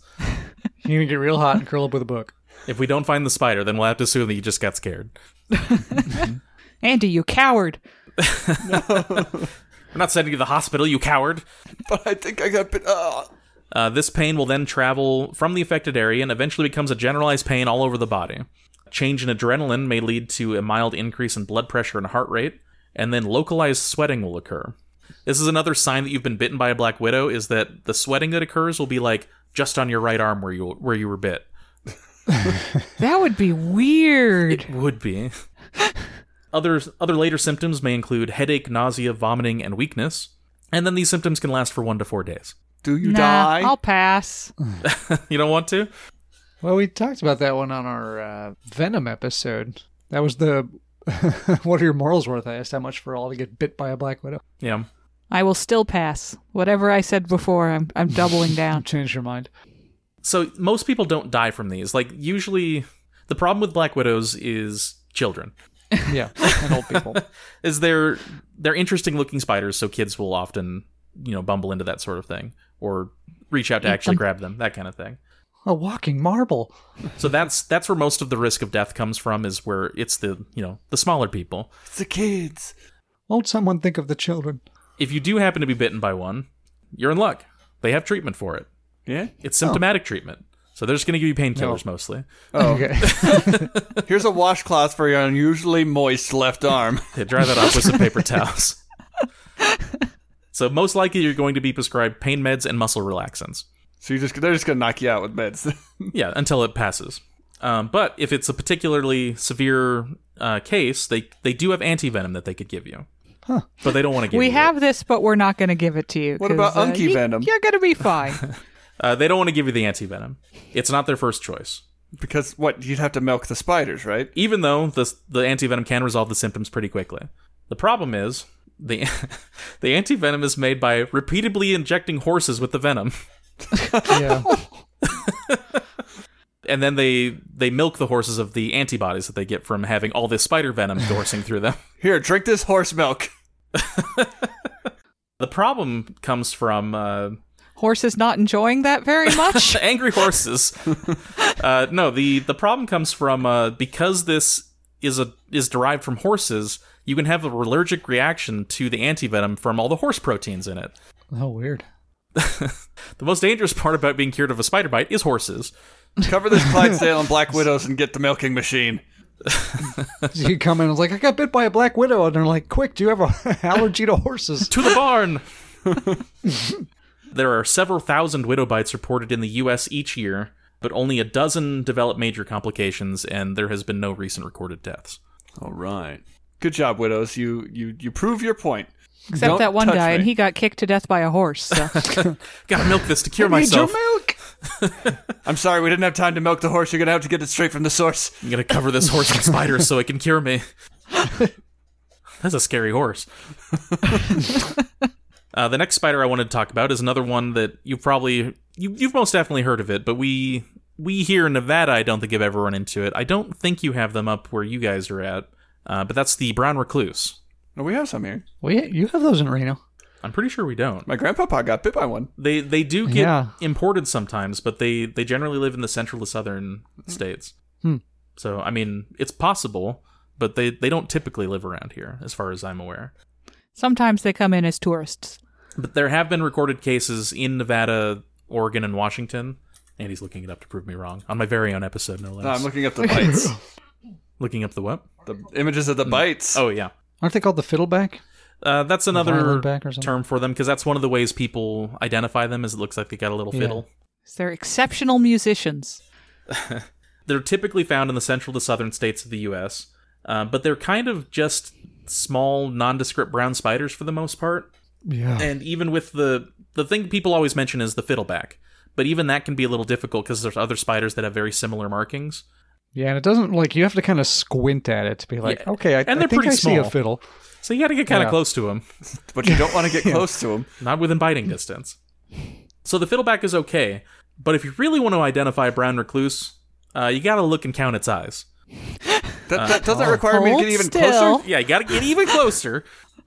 You're gonna get real hot and curl up with a book.
If we don't find the spider, then we'll have to assume that you just got scared.
Andy, you coward.
We're not sending you to the hospital, you coward.
But I think I got bit. Uh,
Uh, this pain will then travel from the affected area and eventually becomes a generalized pain all over the body. Change in adrenaline may lead to a mild increase in blood pressure and heart rate, and then localized sweating will occur. This is another sign that you've been bitten by a black widow is that the sweating that occurs will be like just on your right arm where you where you were bit.
That would be weird.
Would be. other other later symptoms may include headache, nausea, vomiting, and weakness. And then these symptoms can last for 1 to 4 days. *laughs*
do *laughs* you
nah,
die?
I'll pass.
you don't want to?
Well, we talked about that one on our uh, Venom episode. That was the *laughs* what are your morals worth? I asked how much for all to get bit by a black widow.
Yeah.
I will still pass. Whatever I said before, I'm I'm doubling down.
Change your mind.
so most people don't die from these like usually the problem with black widows is children
Yeah, and old people.
is they're they're interesting looking spiders so kids will often you know bumble into that sort of thing or reach out to actually
them.
grab them that kind of thing
A walking marble.
so that's that's where most of the risk of death comes from is where it's the you know the smaller people
it's the kids.
Won't someone think of the children?
if you do happen to be bitten by one you're in luck they have treatment for it
Yeah.
it's symptomatic treatment so they're just going to give you painkillers mostly
Oh,
Okay.
*laughs*
*laughs*
here's a washcloth for your unusually moist left arm. *laughs*
Yeah, dry that off with some paper
*laughs*
towels. so most likely you're going to be prescribed pain meds and muscle relaxants.
so you just they're just gonna knock you out with meds. *laughs*
Yeah, until it passes. Um, but if it's a particularly severe uh, case, they they do have antivenom that they could give you. But they don't want to give
We
you
have this, but we're not going to give it to you.
What
'cause,
about
uh,
Unky
y-
Venom?
You're going to
*laughs*
be fine.
it. Uh, they don't want to give you the antivenom. It's not their first choice.
because what you'd have to milk the spiders, right?
Even though the the antivenom can resolve the symptoms pretty quickly. The problem is the *laughs* the antivenom is made by repeatedly injecting horses with the venom.
yeah.
and then they they milk the horses of the antibodies that they get from having all this spider venom coursing through them.
Here, drink this horse milk. *laughs*
The problem comes from uh,
Horse is not enjoying that
*laughs*
very much.
angry horses. uh, no, the the problem comes from uh, because this is a is derived from horses. You can have an allergic reaction to the antivenom from all the horse proteins in it.
Oh, weird.
The most dangerous part about being cured of a spider bite is horses.
Cover this Clydesdale in black widows and get the milking machine.
So you come in and was like, I got bit by a black widow, and they're like, Quick, do you have a *laughs* allergy to horses?
to the barn. there are several thousand widow bites reported in the U.S. each year, but only a dozen develop major complications, and there has been no recent recorded deaths.
All right. Good job, widows. You you you prove your point.
Except
Don't
that one
touch
guy,
me.
and he got kicked to death by a horse.
*laughs*
So.
Gotta milk this to *laughs* cure
Need your
myself.
milk.
I'm sorry, we didn't have time to milk the horse. You're gonna have to get it straight from the source.
I'm gonna cover this horse with spiders so it can cure me. That's a scary horse. uh, the next spider I wanted to talk about is another one that you probably you, you've most definitely heard of it, but we we here in Nevada I don't think have ever run into it. I don't think you have them up where you guys are at, uh, but that's the brown recluse.
No, we have some here.
Well, yeah, you have those in Reno.
I'm pretty sure we don't.
My grandpapa got bit by one.
They they do get
Yeah.
imported sometimes, but they they generally live in the central to southern states.
Hmm.
So I mean, it's possible, but they they don't typically live around here, as far as I'm aware.
Sometimes they come in as tourists.
But there have been recorded cases in Nevada, Oregon, and Washington. And he's looking it up to prove me wrong on my very own episode, no less.
No, I'm looking up the
*laughs*
bites.
looking up the what?
the images of the bites.
Oh yeah,
Aren't they called the fiddleback?
Uh, that's another
violin back or something?
term for them because that's one of the ways people identify them. Is it looks like they got a little
Yeah.
fiddle.
They're exceptional musicians.
They're typically found in the central to southern states of the U.S., uh, but they're kind of just small, nondescript brown spiders for the most part.
Yeah.
and even with the the thing people always mention is the fiddleback but even that can be a little difficult because there's other spiders that have very similar markings
Yeah, and it doesn't like you have to kind of squint at it to be like,
Yeah.
okay, I,
And
I
they're
think
pretty
I see a
small.
fiddle.
so you got to get kind of
Yeah.
close to them
but you don't want to get close to them.
not within biting distance so the fiddleback is okay but if you really want to identify a brown recluse uh, you got to look and count its eyes
That, that doesn't require me to
Hold
get even
still.
closer.
yeah you got to get even closer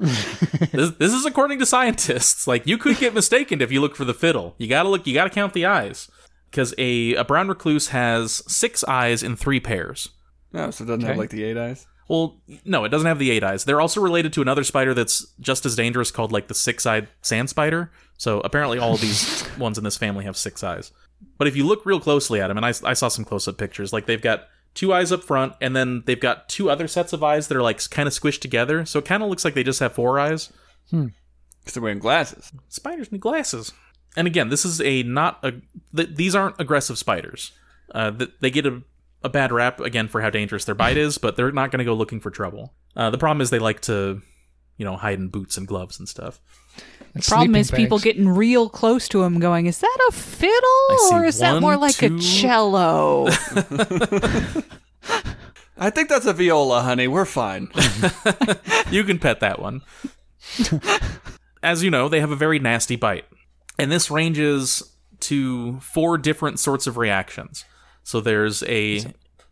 this, this is according to scientists like you could get mistaken if you look for the fiddle you got to look you got to count the eyes because a, a brown recluse has six eyes in three pairs
No, so it doesn't have
Okay.
like the eight eyes.
Well, no, it doesn't have the eight eyes. They're also related to another spider that's just as dangerous called like the six eyed sand spider. So apparently, all of these ones in this family have six eyes. But if you look real closely at them, and I, I saw some close up pictures, like they've got two eyes up front, and then they've got two other sets of eyes that are like kind of squished together. So it kind of looks like they just have four eyes.
Because they're wearing glasses.
Spiders need glasses. And again, this is a not a. Th- these aren't aggressive spiders. Uh, th- they get a, a bad rap again for how dangerous their bite is, but they're not going to go looking for trouble. Uh, the problem is they like to, you know, hide in boots and gloves and stuff.
The
Problem is, people getting real close to him, going, "Is that a fiddle
see
or is that
one,
more like
*laughs*
two."
a cello?"
I think that's a viola, honey. We're fine.
You can pet that one. As you know, they have a very nasty bite, and this ranges to four different sorts of reactions. So there's a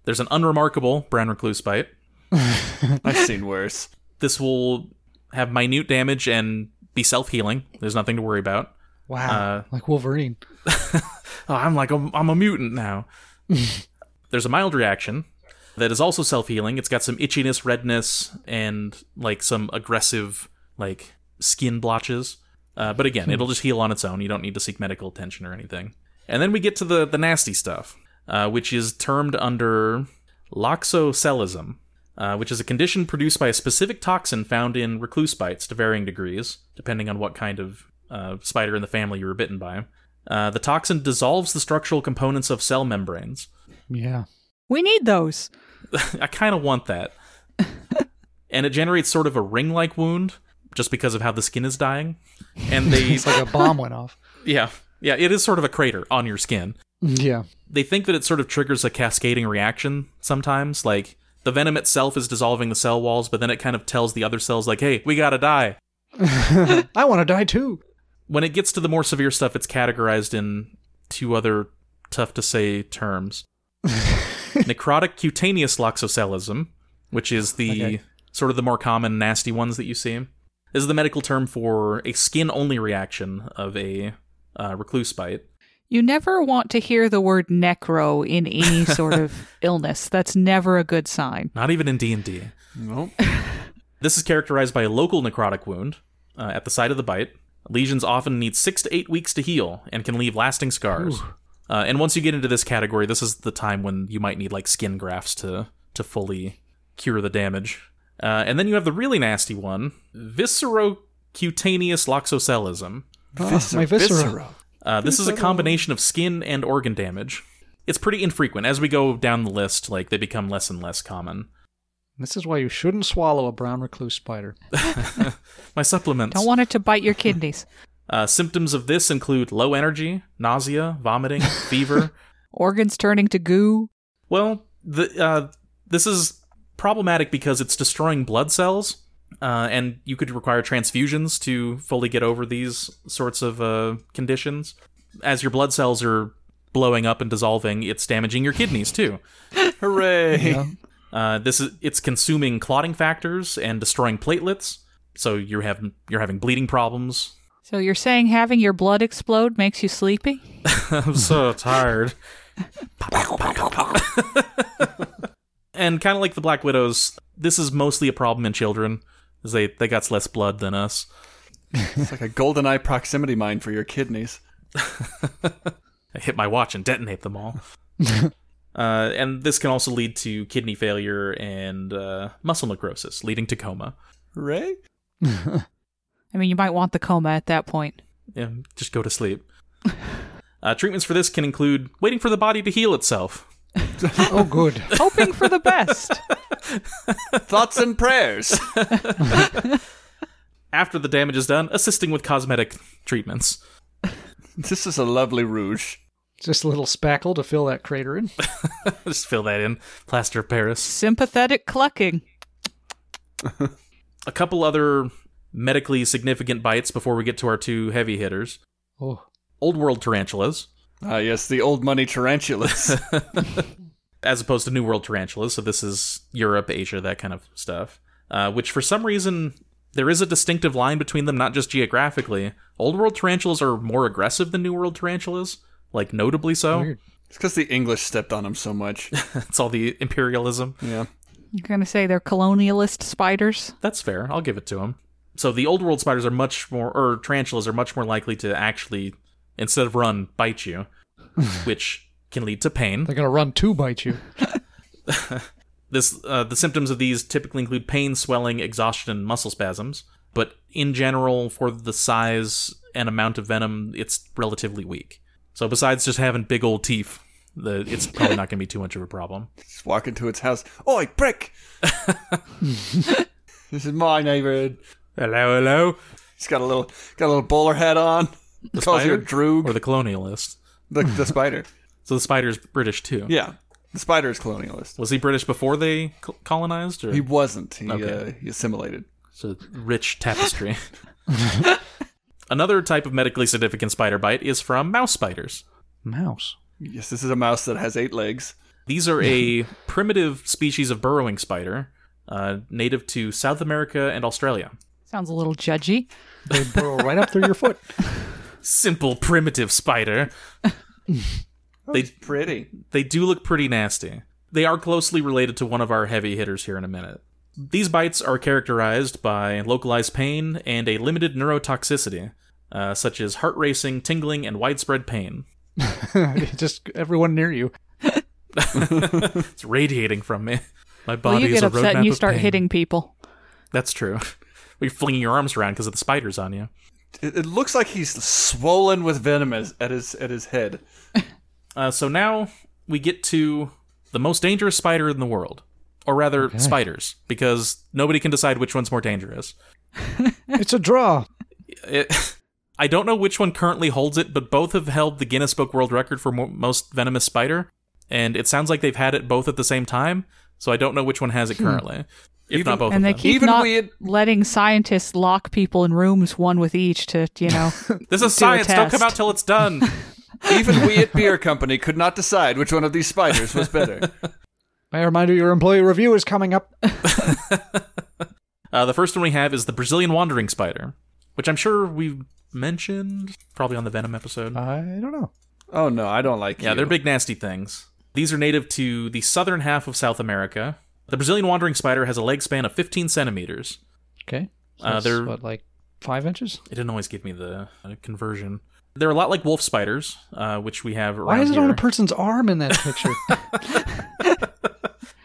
there's an unremarkable brown recluse bite.
I've seen worse.
this will have minute damage and be self healing. There's nothing to worry about.
Wow,
uh,
like Wolverine.
Oh, I'm like, I'm, I'm a mutant now. *laughs* There's a mild reaction that is also self healing. It's got some itchiness, redness, and like some aggressive, like skin blotches. Uh, but again, it'll just heal on its own. You don't need to seek medical attention or anything. And then we get to the, the nasty stuff, uh, which is termed under loxocelism, uh, which is a condition produced by a specific toxin found in recluse bites to varying degrees, depending on what kind of uh, spider in the family you were bitten by. Uh, the toxin dissolves the structural components of cell membranes. *laughs*
Yeah,
we need those.
I kind of
*laughs*
want that. and it generates sort of a ring like wound just because of how the skin is dying. And they,
*laughs* it's like
*laughs*
a bomb went off.
yeah, yeah, it is sort of a crater on your skin.
Yeah,
They think that it sort of triggers a cascading reaction sometimes. Like the venom itself is dissolving the cell walls, but then it kind of tells the other cells, like, hey, we gotta die.
I want to die too.
when it gets to the more severe stuff, it's categorized in two other tough to say terms necrotic cutaneous loxocelism, which is the
Okay.
sort of the more common nasty ones that you see. This is the medical term for a skin only reaction of a uh, recluse bite.
You never want to hear the word necro
*laughs*
in any sort of illness. That's never a good sign.
Not even in D&D.
Nope.
This is characterized by a local necrotic wound uh, at the site of the bite. Lesions often need six to eight weeks to heal and can leave lasting scars. Uh, and once you get into this category, this is the time when you might need like skin grafts to to fully cure the damage. Uh, and then you have the really nasty one, viscerocutaneous loxocelism.
Oh, my viscera.
Uh, this is a combination of skin and organ damage. It's pretty infrequent. As we go down the list, like they become less and less common.
This is why you shouldn't swallow a brown recluse spider.
My supplements.
Don't want it to bite
*laughs*
your kidneys.
Uh, symptoms of this include low energy, nausea, vomiting, fever.
Organs turning to goo.
Well, the, uh, this is problematic because it's destroying blood cells, uh, and you could require transfusions to fully get over these sorts of uh, conditions. As your blood cells are blowing up and dissolving, it's damaging your kidneys too.
Hooray!
Yeah.
Uh, this is it's consuming clotting factors and destroying platelets, so you have you're having bleeding problems.
So you're saying having your blood explode makes you sleepy?
I'm so *laughs* tired. and kind of like the Black Widows, this is mostly a problem in children, is they they got less blood than us.
It's like a golden eye proximity mine for your kidneys.
I hit my watch and detonate them all. uh, and this can also lead to kidney failure and uh, muscle necrosis, leading to coma.
Hooray!
I mean, you might want the coma at
*laughs*
that point.
Yeah, just go to sleep. Uh, treatments for this can include waiting for the body to heal itself.
Oh,
*laughs*
good.
Hoping for the best.
Thoughts and prayers.
After the damage is done, assisting with cosmetic treatments. *laughs*
this is a lovely rouge.
Just a little spackle to fill that crater in.
just fill that in. Plaster of Paris.
Sympathetic clucking.
A couple other medically significant bites before we get to our two heavy hitters.
Oh,
Old world tarantulas,
Ah, yes, the old money tarantulas.
as opposed to new world tarantulas. So this is Europe, Asia, that kind of stuff. Uh, which for some reason there is a distinctive line between them, not just geographically. Old world tarantulas are more aggressive than new world tarantulas, like notably so. *laughs*
weird.
it's because the English stepped on them so much.
It's all the imperialism.
Yeah.
You're going to say they're colonialist spiders?
That's fair. I'll give it to him. So the old world spiders are much more, or tarantulas are much more likely to actually, instead of run, bite you, which can lead to pain.
They're going to run to bite you.
This uh, the symptoms of these typically include pain, swelling, exhaustion, and muscle spasms. But in general, for the size and amount of venom, it's relatively weak. So besides just having big old teeth, the, it's probably not going to be too much of a problem.
Just walk into its house. Oi, prick! *laughs* this is my neighborhood.
Hello, hello.
He's got a little got a little bowler hat on. calls you a
spider?
droog.
Or the colonialist.
the, the
*laughs*
spider.
So the spider's British too.
Yeah. The spider is colonialist.
Was he British before they col- colonized? Or?
He wasn't. He,
Okay.
uh, he assimilated.
So rich tapestry. *laughs* Another type of medically significant spider bite is from mouse spiders.
Mouse.
Yes, this is a mouse that has eight legs.
These are a primitive species of burrowing spider, uh, native to South America and Australia.
Sounds a little judgy.
They burrow right up through your foot. *laughs*
Simple primitive spider. they
Pretty.
they do look pretty nasty. They are closely related to one of our heavy hitters here in a minute. These bites are characterized by localized pain and a limited neurotoxicity, uh, such as heart racing, tingling, and widespread pain.
Just everyone near you.
It's radiating from me. *laughs* My
Well,
body
you
is
get
a
upset
roadmap
and you
of
start
pain.
hitting people.
That's true. *laughs* We're flinging your arms around because of the spiders on you.
It, it looks like he's swollen with venom as- at his at his head.
Uh, so now we get to the most dangerous spider in the world, or rather, spiders, because nobody can decide which one's more dangerous.
It's a draw.
It, I don't know which one currently holds it, but both have held the Guinness Book World Record for mo- most venomous spider, and it sounds like they've had it both at the same time. So I don't know which one has it currently, if not both
Hmm. and
of
they
them.
keep
Even
not
weird-
letting scientists lock people in rooms one with each to you
*laughs*
know
this is
do a
science. Don't come
test.
out till
*laughs*
it's done. *laughs*
Even we at Beer Company could not decide which one of these spiders was
*laughs*
better.
May I remind you, your employee review is coming up.
Uh, the first one we have is the Brazilian wandering spider, which I'm sure we mentioned probably on the Venom episode.
I don't know.
Oh no, I don't like
yeah,
you.
they're big, nasty things. These are native to the southern half of South America. The Brazilian wandering spider has a leg span of 15 centimeters.
Okay. So
Uh,
that's,
they're-
what, like five inches?
It didn't always give me the uh, conversion. They're a lot like wolf spiders, uh, which we have.
Why
around
is it on
here.
a person's arm in that
*laughs*
picture?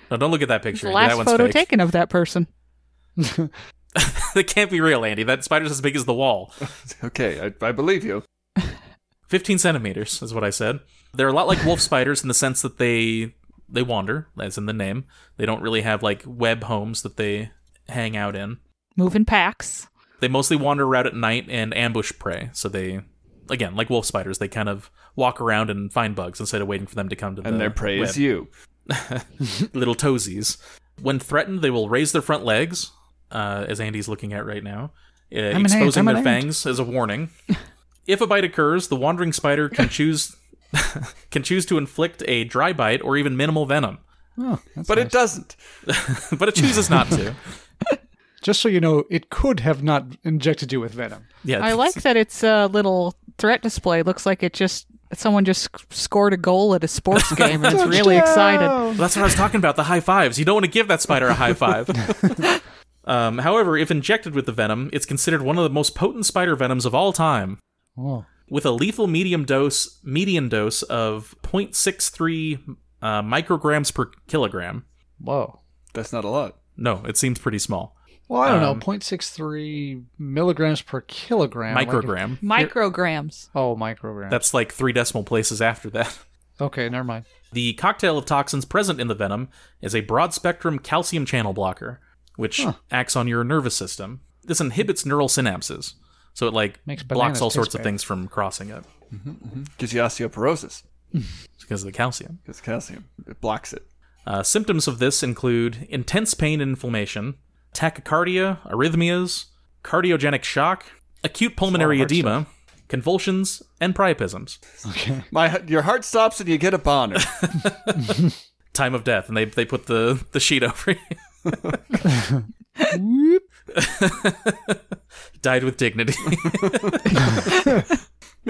No, don't look at that
the
picture.
last
that one's
photo
fake. *laughs*
taken of that person.
that can't be real, Andy. That spider's as big as
*laughs*
the wall.
Okay, I, I believe you.
15 centimeters is what I said. They're a lot like wolf spiders in the sense that they they wander, as in the name. They don't really have like web homes that they hang out in.
Moving packs.
They mostly wander around at night and ambush prey. So they, again, like wolf spiders, they kind of walk around and find bugs instead of waiting for them to come to
And
the
their prey
web.
is you.
little toesies. When threatened, they will raise their front legs, uh, as Andy's looking at right now, uh,
an ant,
exposing
I'm an
their
ant.
fangs as a warning. *laughs* if a bite occurs, the wandering
*laughs*
spider can choose *laughs* can choose to inflict a dry bite or even minimal venom, *laughs*
Oh, that's
But
nice.
it doesn't.
but it chooses not
*laughs*
to.
Just so you know, it could have not injected you with venom.
Yeah,
I like that it's a little threat display. Looks like it just someone just sc- scored a goal at a
*laughs*
sports game and it's really excited.
Touchdown!
That's what I was talking about. The high fives. You don't want to give that spider a high five. um, however, if injected with the venom, it's considered one of the most potent spider venoms of all time.
Oh,
with a lethal medium dose median dose of 0.63 uh, micrograms per kilogram
whoa.
That's not a lot.
no it seems pretty small
Well, I don't
Um,
know, 0.63 milligrams per kilogram. like-
Microgram.
Micrograms.
oh, microgram.
That's like three decimal places after that.
okay, never mind.
The cocktail of toxins present in the venom is a broad spectrum calcium channel blocker, which
Huh.
acts on your nervous system. This inhibits neural synapses. So it like
Makes
blocks
bananas
all
taste
sorts of
better.
things from crossing up
Gives you osteoporosis
because of the calcium.
because calcium it blocks it.
Uh, symptoms of this include intense pain and inflammation, tachycardia, arrhythmias, cardiogenic shock, acute pulmonary
hard
edema, convulsions, and priapisms.
Okay.
My your heart stops and you get a boner. *laughs*
Time of death, and they they put the the sheet *laughs* over you.
Whoop.
Died with dignity. *laughs*
this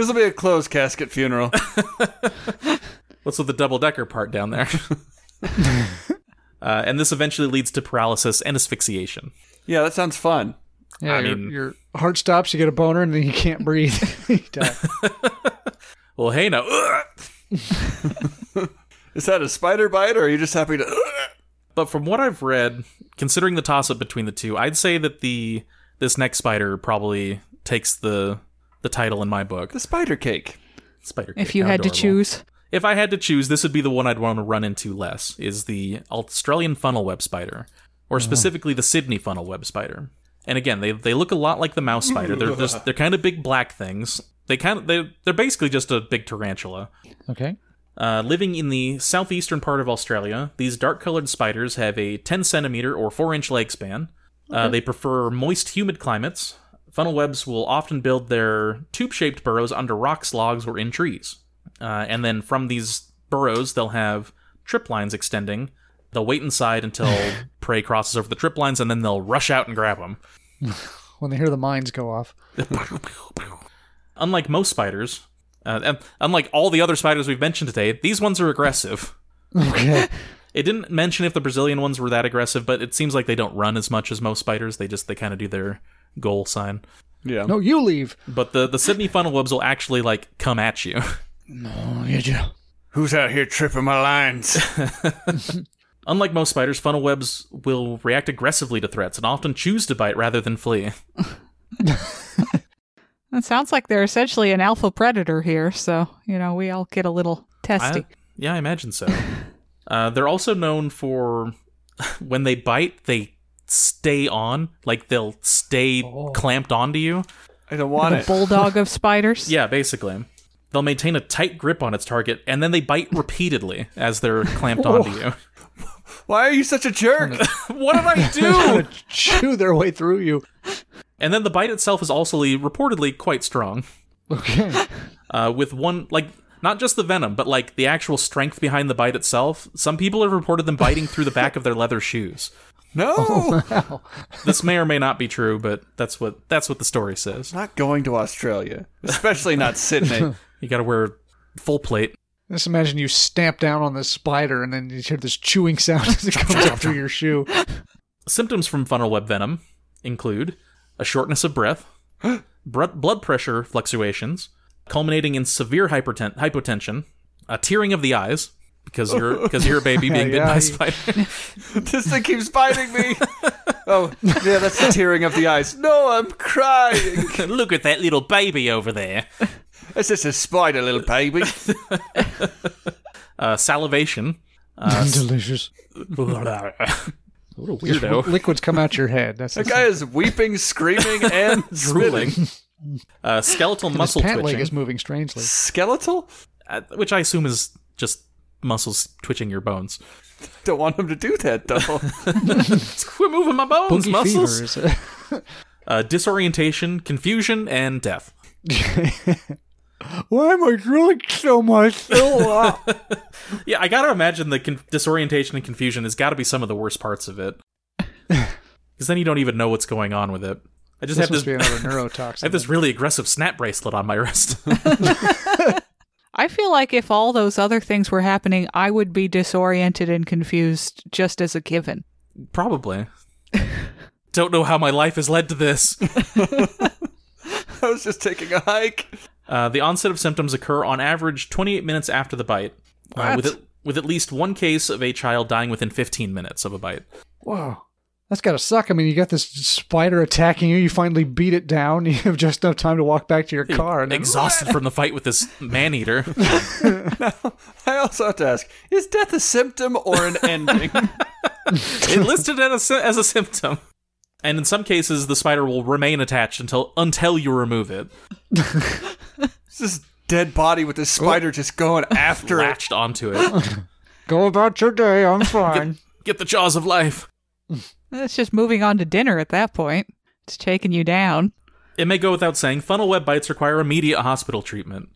will be a closed casket funeral. *laughs*
What's with the double decker part down there? Uh, and this eventually leads to paralysis and asphyxiation.
Yeah, that sounds fun.
Yeah,
I
your,
mean-
your heart stops, you get a boner, and then you can't breathe. *laughs* You
*laughs*
die.
Well, hey now, Ugh!
Is that a spider bite or are you just happy to? *laughs*
but from what I've read, considering the toss up between the two, I'd say that the this next spider probably takes the the title in my book.
the spider cake.
Spider.
If
Cake,
you
how
had to
adorable.
choose,
if I had to choose, this would be the one I'd want to run into less. Is the Australian funnel web spider, or specifically the Sydney funnel web spider. And again, they they look a lot like the mouse spider. They're just, they're kind of big black things. They kind of they they're basically just a big tarantula.
okay.
Uh, living in the southeastern part of Australia, these dark colored spiders have a 10 centimeter or 4 inch leg span. Uh, they prefer moist, humid climates. Funnel webs will often build their tube shaped burrows under rocks, logs, or in trees. Uh, and then from these burrows, they'll have trip lines extending. They'll wait inside until prey crosses over the trip lines, and then they'll rush out and grab them.
When they hear the mines go off.
Unlike most spiders, uh, and unlike all the other spiders we've mentioned today, these ones are aggressive.
Okay.
It didn't mention if the Brazilian ones were that aggressive, but it seems like they don't run as much as most spiders. They just they kind of do their goal sign.
Yeah.
no, you leave.
But the the Sydney funnel webs will actually like come at you. *laughs* Oh,
No, you do.
Who's out here tripping my lines?
Unlike most spiders, funnel webs will react aggressively to threats and often choose to bite rather than flee.
it sounds like they're essentially an alpha predator here. So you know, we all get a little testy.
I- yeah, I imagine so. Uh, they're also known for *laughs* when they bite, they stay on, like they'll stay
Oh.
clamped onto you.
*laughs* I don't want
the
it. *laughs*
bulldog of spiders.
Yeah, basically. They'll maintain a tight grip on its target, and then they bite repeatedly as they're clamped onto you. *laughs*
Why are you such a jerk?
what did I do?
*laughs* Chew their way through you.
and then the bite itself is also reportedly quite strong,
Okay.
uh, with one like not just the venom, but like the actual strength behind the bite itself. Some people have reported them biting through the back of their leather shoes.
*laughs* no,
This may or may not be true, but that's what that's what the story says.
not going to Australia, especially not *laughs* Sydney.
You got to wear full plate.
Just imagine you stamp down on this spider and then you hear this chewing sound *laughs* as it comes up through your shoe.
Symptoms from funnel web venom include a shortness of breath, *gasps* br- blood pressure fluctuations, culminating in severe hyperten- hypotension, a tearing of the eyes
*laughs*
because you're because you're a baby being bitten
Yeah,
by a
you-
spider.
this thing keeps biting *laughs* me. Oh, yeah, that's the tearing of the eyes. No, I'm crying.
*laughs* Look at that little baby over there.
It's just a spider, little baby.
*laughs*
Uh, salivation. Uh,
Delicious.
what a
*laughs*
weirdo.
Liquids come out your head.
*laughs*
That's
The guy is weeping, screaming, and *laughs*
Drooling.
drooling.
Uh, skeletal
His
muscle
pant leg
twitching,
is moving strangely.
Skeletal?
uh, which I assume is just muscles twitching your bones.
Don't want him to do that though.
*laughs*
*laughs* Quit moving my bones,
Boogie
muscles.
fever is a-
Uh, disorientation, confusion, and death.
*laughs* Why am I drooling so
*laughs*
much? Oh, wow.
Yeah, I gotta imagine the con- disorientation and confusion has got to be some of the worst parts of
*laughs*
it, because then you don't even know what's going on with it. *laughs* I
*laughs*
just
this
have
must
this.
be another
I have
neurotoxin. *laughs*
this really aggressive snap bracelet on my wrist.
I feel like if all those other things were happening, I would be disoriented and confused just as a given.
Probably. Don't know how my life has led
*laughs*
to this.
I was just taking a hike.
Uh, the onset of symptoms occur on average 28 minutes after the bite, uh,
What?
with, at, with at least one case of a child dying within 15 minutes of a bite.
Wow. That's gotta suck. I mean, you got this spider attacking you. You finally beat it down. *laughs* You have just enough time to walk back
*laughs*
to your car. And then,
Exhausted from the fight with this
*laughs*
man eater.
I also have to ask: Is death a symptom or
*laughs*
an ending?
it listed it as a, as a symptom. And in some cases, the spider will remain attached until until you remove it,
it's this dead body with this spider just going after it.
latched onto it. *laughs*
Go about your day. I'm fine.
Get the jaws of life.
It's just moving on to dinner at that point. It's taking you down.
It may go without saying, funnel web bites require immediate hospital treatment,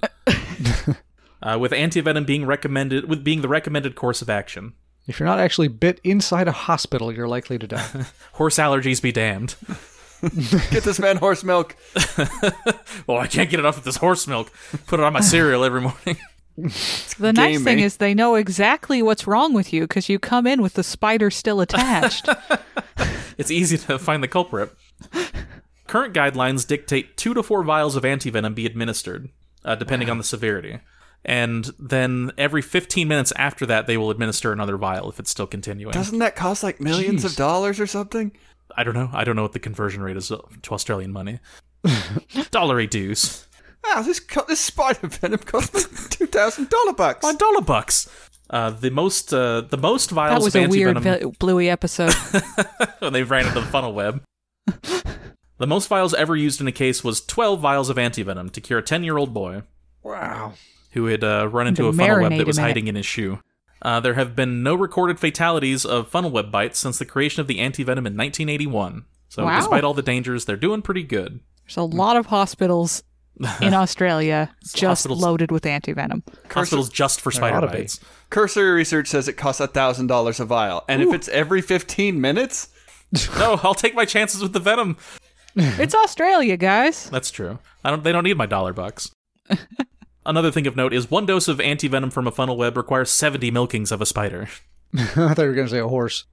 uh, with antivenom being recommended with being the recommended course of action.
if you're not actually bit inside a hospital, you're likely to
*laughs*
die.
Horse allergies be damned. *laughs*
Get this man horse
*laughs*
milk.
Oh, I can't get enough of this horse milk. Put it on my cereal every morning.
The nice thing
gamey.
is they know exactly what's wrong with you because you come in with the
*laughs*
spider still attached.
It's easy to find the culprit. Current guidelines dictate two to four vials of antivenom be administered, uh, depending on the severity. And then every 15 minutes after that, they will administer another vial if it's still continuing.
Doesn't that cost like millions of dollars or something?
I don't know. I don't know what the conversion rate is to Australian money. *laughs* Dollary dues.
Wow, this co- this spider venom cost me *laughs* two thousand dollar bucks.
My dollar bucks. Uh, the most, uh, the most
that
vials
was
of
a weird
antivenom.
Bl- Bluey episode.
*laughs* when they ran into the
*laughs*
funnel web. the most vials ever used in a case was 12 vials of antivenom to cure a 10 year old boy
wow. *laughs*
who had uh, run into
To
a funnel web
marinate
that was
him in it.
hiding in his shoe. Uh, there have been no recorded fatalities of funnel web bites since the creation of the antivenom in 1981. So,
Wow.
despite all the dangers, they're doing pretty good.
There's a lot of hospitals
*laughs*
in Australia just
hospitals.
loaded with antivenom.
Hospitals just for
ought
spider
to be.
bites.
Cursory research says it costs thousand dollars a vial, and if it's every fifteen minutes,
no, I'll take my chances with the venom.
it's Australia, guys.
That's true. I don't. They don't need my
*laughs*
dollar bucks. Another thing of note is one dose of antivenom from a funnel web requires 70 milkings of a spider. *laughs*
I thought you were going to say a horse.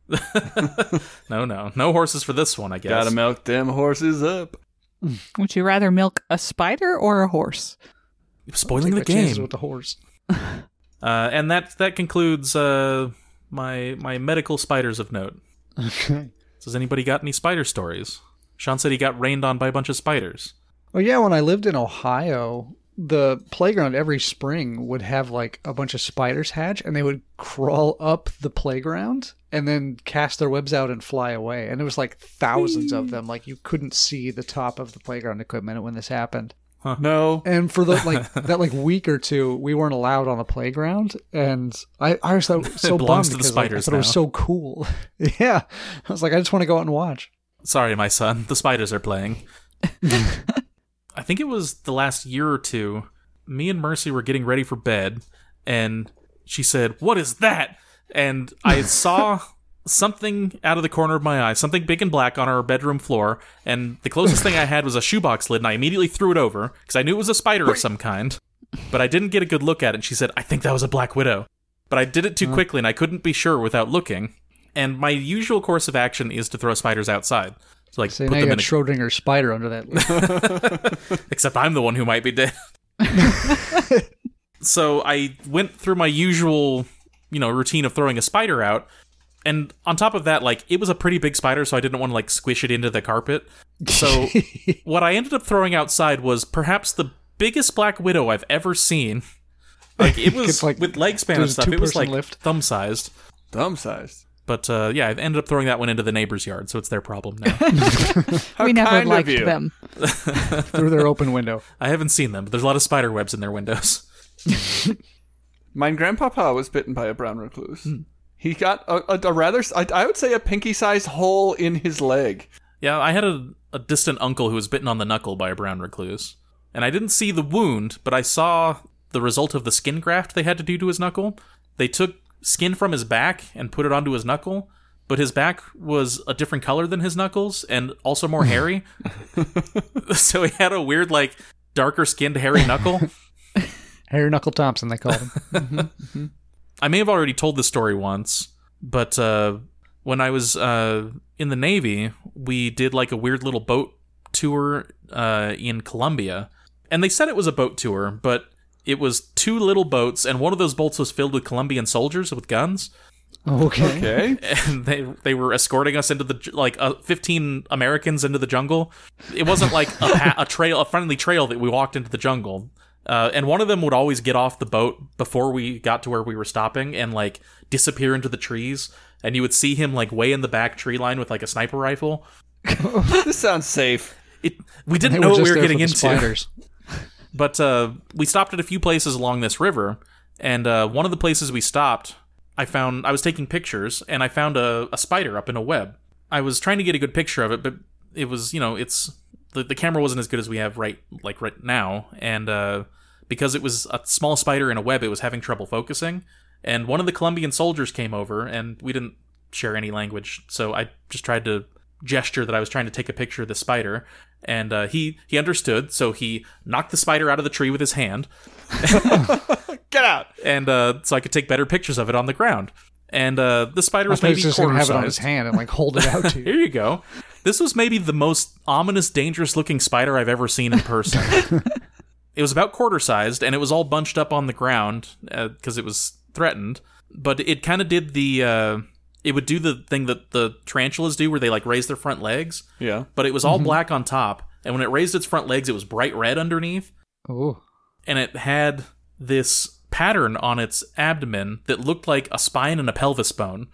No, no, no horses for this one. I guess.
gotta milk them horses up.
Would you rather milk a spider or a horse?
spoiling the
Take my chances
game.
with the horse.
Uh, and that that concludes uh, my my medical spiders of note.
Okay.
So Has anybody got any spider stories? Sean said he got rained on by a bunch of spiders.
Oh yeah, when I lived in Ohio, the playground every spring would have like a bunch of spiders hatch, and they would crawl up the playground and then cast their webs out and fly away. And it was like thousands of
Hmm.
them. Like you couldn't see the top of the playground equipment when this happened.
No,
And for the
*laughs*
like that like week or two, we weren't allowed on the playground, and I I
*laughs*
was so, so bummed
belongs to the
because like,
spiders
I thought it was
now.
so cool. *laughs* yeah, I was like, I just want to go out and watch.
Sorry, my son. The spiders are playing. I think it was the last year or two. Me and Mercy were getting ready for bed, and she said, What is that? And
*laughs*
I saw something out of the corner of my eye, something big and black on our bedroom floor. And the closest thing I had was a shoebox lid, and I immediately threw it over because I knew it was a spider of some kind. But I didn't get a good look at it. And she said, I think that was a black widow. But I did it
Mm.
too quickly, and I couldn't be sure without looking. And my usual course of action is to throw spiders outside. So, like,
So
put
now you
them
got
in a
Schrodinger's spider under
*laughs*
that. lid.
except I'm the one who might
*laughs*
be dead. so I went through my usual, you know, routine of throwing a spider out. And on top of that, like it was a pretty big spider, so I didn't want to like squish it into the carpet.
*laughs*
So what I ended up throwing outside was perhaps the biggest black widow I've ever seen. Like
*laughs*
it was
It's like-
with leg span and
there's a
stuff. It was
two-person
like
lift.
thumb sized.
thumb sized.
But uh, yeah, I've ended up throwing that one into the neighbor's yard, so it's their problem
*laughs*
now.
How
we never
kind
liked
of you.
them.
through their open window.
I haven't seen them, but there's a lot of spider webs in their windows.
Mine grandpapa was bitten by a brown recluse.
Hmm.
He got a, a, a rather, s- I, I would say, a pinky sized hole in his leg.
Yeah, I had a, a distant uncle who was bitten on the knuckle by a brown recluse. And I didn't see the wound, but I saw the result of the skin graft they had to do to his knuckle. They took skin from his back and put it onto his knuckle, but his back was a different color than his knuckles and also more hairy. *laughs* so he had a weird, like, darker skinned, hairy knuckle.
*laughs* Harry Knuckle Thompson, they *laughs* called him.
I may have already told this story once, but uh, when I was uh, in the Navy, we did like a weird little boat tour uh, in Colombia. And they said it was a boat tour, but it was two little boats, and one of those boats was filled with Colombian soldiers with guns.
Oh, Okay. *laughs*
Okay.
and they they were escorting us into the ju- like uh, 15 Americans into the jungle. It wasn't like a, pa- a trail, a friendly trail that we walked into the jungle. Uh, and one of them would always get off the boat before we got to where we were stopping and like disappear into the trees. And you would see him like way in the back tree line with like a sniper rifle.
this sounds safe.
It we didn't
They
know
were
what we
just
were
there for
getting
the
into. *laughs*
Spiders.
But uh, we stopped at a few places along this river, and uh, one of the places we stopped, I found I was taking pictures, and I found a, a spider up in a web. I was trying to get a good picture of it, but it was you know it's the, the camera wasn't as good as we have right like right now, and uh, because it was a small spider in a web, it was having trouble focusing. And one of the Colombian soldiers came over, and we didn't share any language, so I just tried to gesture that I was trying to take a picture of the spider, and uh, he he understood, so he knocked the spider out of the tree with his hand,
Get out.
and uh, so I could take better pictures of it on the ground. And uh, the spider
I
was
thought he was
maybe
just gonna
quarter
have it on his
sized.
hand and like hold it out to
*laughs*
you.
Here you go. This was maybe the most ominous, dangerous looking spider I've ever seen in person. it was about quarter sized, and it was all bunched up on the ground because it was threatened. But it kind of did the. Uh, it would do the thing that the tarantulas do, where they like raise their front legs,
Yeah.
but it was all black on top. And when it raised its front legs, it was bright red underneath.
Ooh.
And it had this pattern on its abdomen that looked like a spine and a pelvis bone.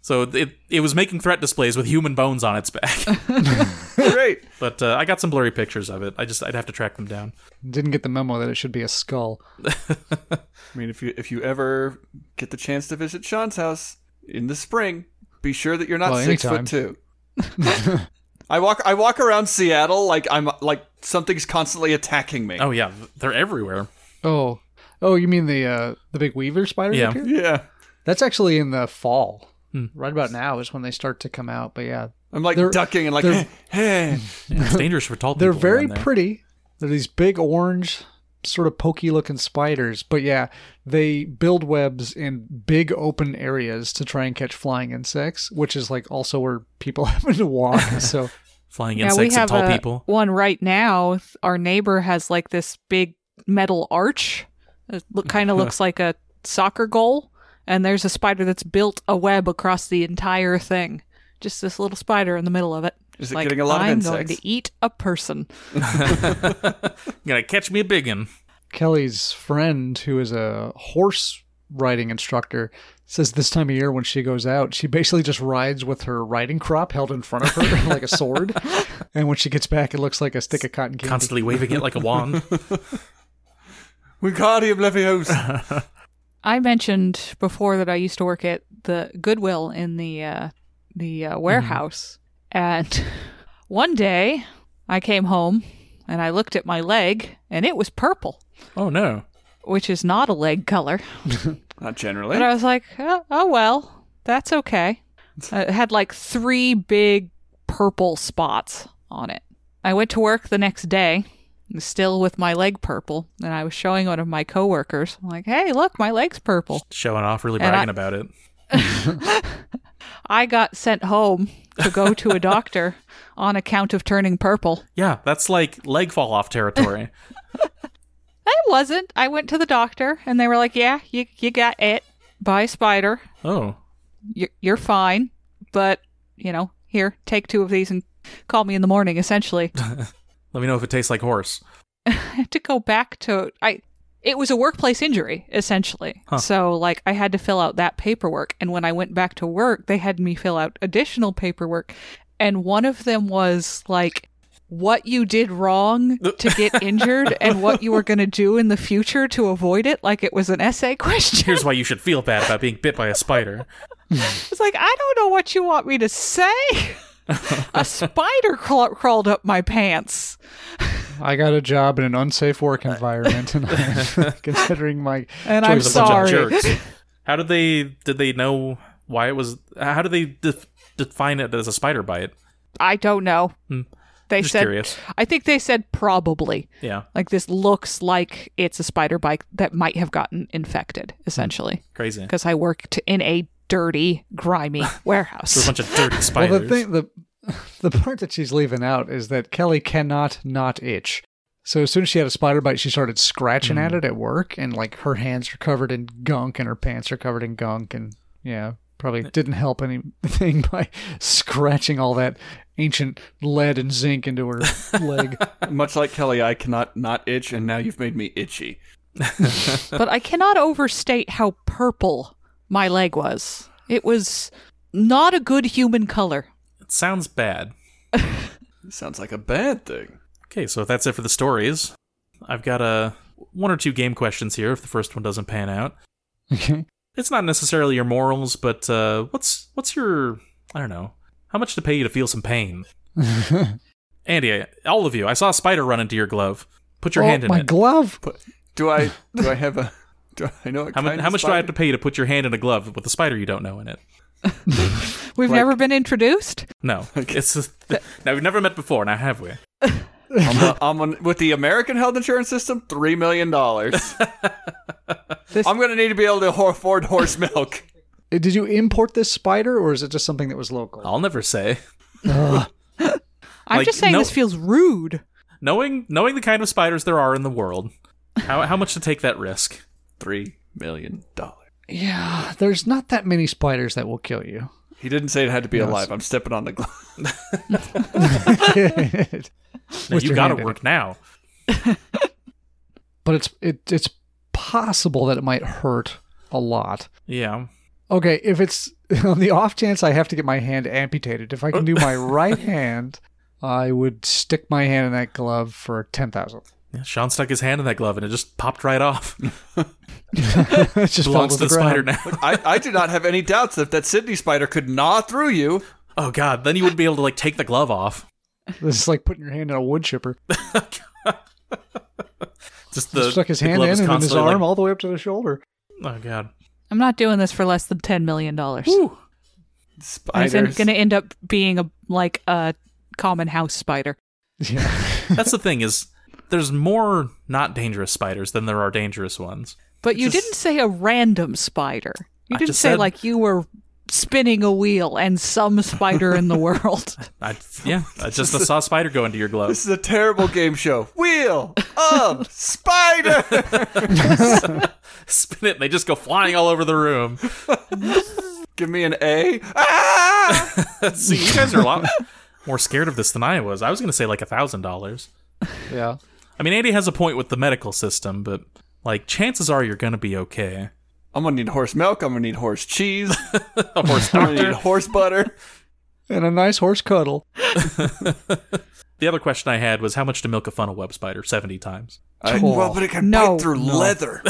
so it, it was making threat displays with human bones on its back.
*laughs*
*laughs*
Great.
but uh, I got some blurry pictures of it. I just, I'd have to track them down.
Didn't get the memo that it should be a skull.
I mean, if you if you ever get the chance to visit Sean's house in the spring, be sure that you're not
Well,
six
anytime.
foot two.
*laughs*
I walk I walk around Seattle like I'm like something's constantly attacking me.
Oh, yeah. They're everywhere.
Oh. Oh, you mean the uh the big weaver spider?
Yeah. Hmm.
up here?
Yeah.
That's actually in the fall. Right about now is when they start to come out, but yeah.
I'm like
They're-
ducking and like
they're-
hey.
Yeah, it's dangerous for tall people.
They're very
around there.
pretty. They're these big orange, sort of pokey looking spiders. But yeah, they build webs in big open areas to try and catch flying insects, which is like also where people *laughs* happen to
*laughs*
walk. So
Flying
Yeah, we
insects and
have
tall
a-
people.
one right now. th- Our neighbor has like this big metal arch. It
*laughs*
look, kind of looks like a soccer goal. And there's a spider that's built a web across the entire thing. Just this little spider in the middle of it.
Is
Just
it
like,
getting a lot of
I'm
insects?"
going to eat a person.
Gonna catch me a big one.
Kelly's friend, who is a horse riding instructor, says this time of year when she goes out, she basically just rides with her riding crop held in front of her *laughs* like a
*laughs*
sword. And when she gets back, it looks like a stick of cotton candy.
Constantly waving it like
*laughs*
a wand.
Wingardium
*laughs*
Leviosa.
I mentioned before that I used to work at the Goodwill in the uh, the uh, warehouse, and *laughs* one day I came home and I looked at my leg, and it was purple,
oh, no.
which is not a leg color.
Not generally.
But I was like, oh, oh well, that's okay. Uh, It had like three big purple spots on it. I went to work the next day, still with my leg purple, and I was showing one of my coworkers. I'm like, hey, look, my leg's purple.
Showing off, really
And I-
bragging about it.
I got sent home to go to a doctor on account of turning purple.
Yeah, that's like leg fall off
*laughs*
territory.
I wasn't. I went to the doctor and they were like, "Yeah, you you got it by a spider.
oh.
You're, you're fine, but you know, here, take two of these and call me in the morning." Essentially,
Let me know if it tastes like horse.
I had to go back to I. It was a workplace injury, essentially. So, like, I had to fill out that paperwork. And when I went back to work, they had me fill out additional paperwork. And one of them was like, what you did wrong to
*laughs*
get injured and what you were going to do in the future to avoid it. Like, it was an essay *laughs* question.
Here's why you should feel bad about being bit by a spider.
It's like, I don't know what you want me to say. a spider craw- crawled up my pants.
I got a job in an unsafe work environment,
*laughs*
and I'm *laughs* considering my choice
And I'm
of
There's a bunch of
sorry. *laughs*
jerks. How did they did they know why it was? How did they def- define it as a spider bite?
I don't know. They
Hmm. Just
said,
curious.
I think they said probably.
Yeah,
Like this looks like it's a spider bite that might have gotten infected, essentially,
crazy. There's
because I worked in a dirty,
*laughs*
grimy
a
warehouse.
bunch of dirty
*laughs*
spiders.
Well, the thing the the part that she's leaving out is that Kelly cannot not itch. So as soon as she had a spider bite, she started scratching
Hmm.
at it at work, and like her hands are covered in gunk, and her pants are covered in gunk, and yeah, probably didn't help anything *laughs* by scratching all that ancient lead and zinc into
*laughs*
her leg.
Much like Kelly, I cannot not itch, and now you've made me itchy.
but I cannot overstate how purple my leg was. It was not a good human color.
It sounds bad.
Sounds like a bad thing.
Okay, so if that's it for the stories, I've got a one or two game questions here. If the first one doesn't pan out,
Okay.
it's not necessarily your morals, but uh, what's what's your I don't know how much to pay you to feel
*laughs*
some pain. Andy, all of you, I saw a spider run into your glove. Put your
oh,
hand in
my
it.
glove.
But do I do I have a do I know what
how, mu-
kind
how
of
much do I
spider?
have to pay you to put your hand in a glove with a spider you don't know in it?
We've never been introduced.
*laughs*
No, it's just, *laughs* now we've never met before. Now have we?
I'm on- I'm on- with the American health insurance system, three million dollars.
This-
I'm gonna need to be able to ho- afford horse milk.
Uh, Did you import this spider, or is it just something that was local?
I'll never say.
I'm
Like,
just saying
no-
this feels rude.
Knowing knowing the kind of spiders there are in the world, how how much to take that risk?
Three million dollars.
Yeah, there's not that many spiders that will kill you. *laughs*
He didn't say it had to be alive. I'm stepping on the glove.
Now,
With
you
your
got
hand
to
in
work now.
but it's it, it's possible that it might hurt a lot.
Yeah.
Okay, if it's *laughs* on the off chance I have to get my hand amputated, if I can do
*laughs*
my right hand, I would stick my hand in that glove for ten thousandth.
Yeah, Sean stuck his hand in that glove and it just popped right off.
*laughs*
*laughs*
It just fell
Belongs
to
to
the,
the spider
ground.
now. *laughs*
I, I do not have any doubts that that Sydney spider could gnaw through you.
Oh god, then you wouldn't be able to like take the glove off.
This is like putting your hand in a wood chipper.
Just
He
the
stuck his
the
hand
glove
in
is
and then his
constantly,
arm
like-
all the way up to the shoulder. *laughs*
oh god.
I'm not doing this for less than $10 million.
Whew.
I'm
Spiders.
going to end up being a like a common house spider.
Yeah.
That's the thing is there's more not dangerous spiders than there are dangerous ones.
But you
Just-
didn't say a random spider. You
I
didn't
just
say
said-
like you were spinning a wheel and some spider
*laughs*
in the world.
I yeah, I just saw a spider go into your glove. *laughs*
This is a terrible game show. Wheel of spider.
Spin it and they just go flying all over the room. *laughs*
Give me an A.
*laughs*
Ah!
See, you guys are a lot more scared of this than I was. I was gonna say like a thousand dollars.
yeah.
I mean Andy has a point with the medical system, but like chances are you're gonna be okay.
I'm gonna need horse milk. I'm gonna need horse cheese.
*laughs* A horse
I'm gonna
doctor.
need horse
*laughs*
butter.
And a nice horse cuddle.
The other question I had was how much to milk a funnel web spider 70 times?
I,
Oh.
well, but it can
No,
bite through
no.
leather.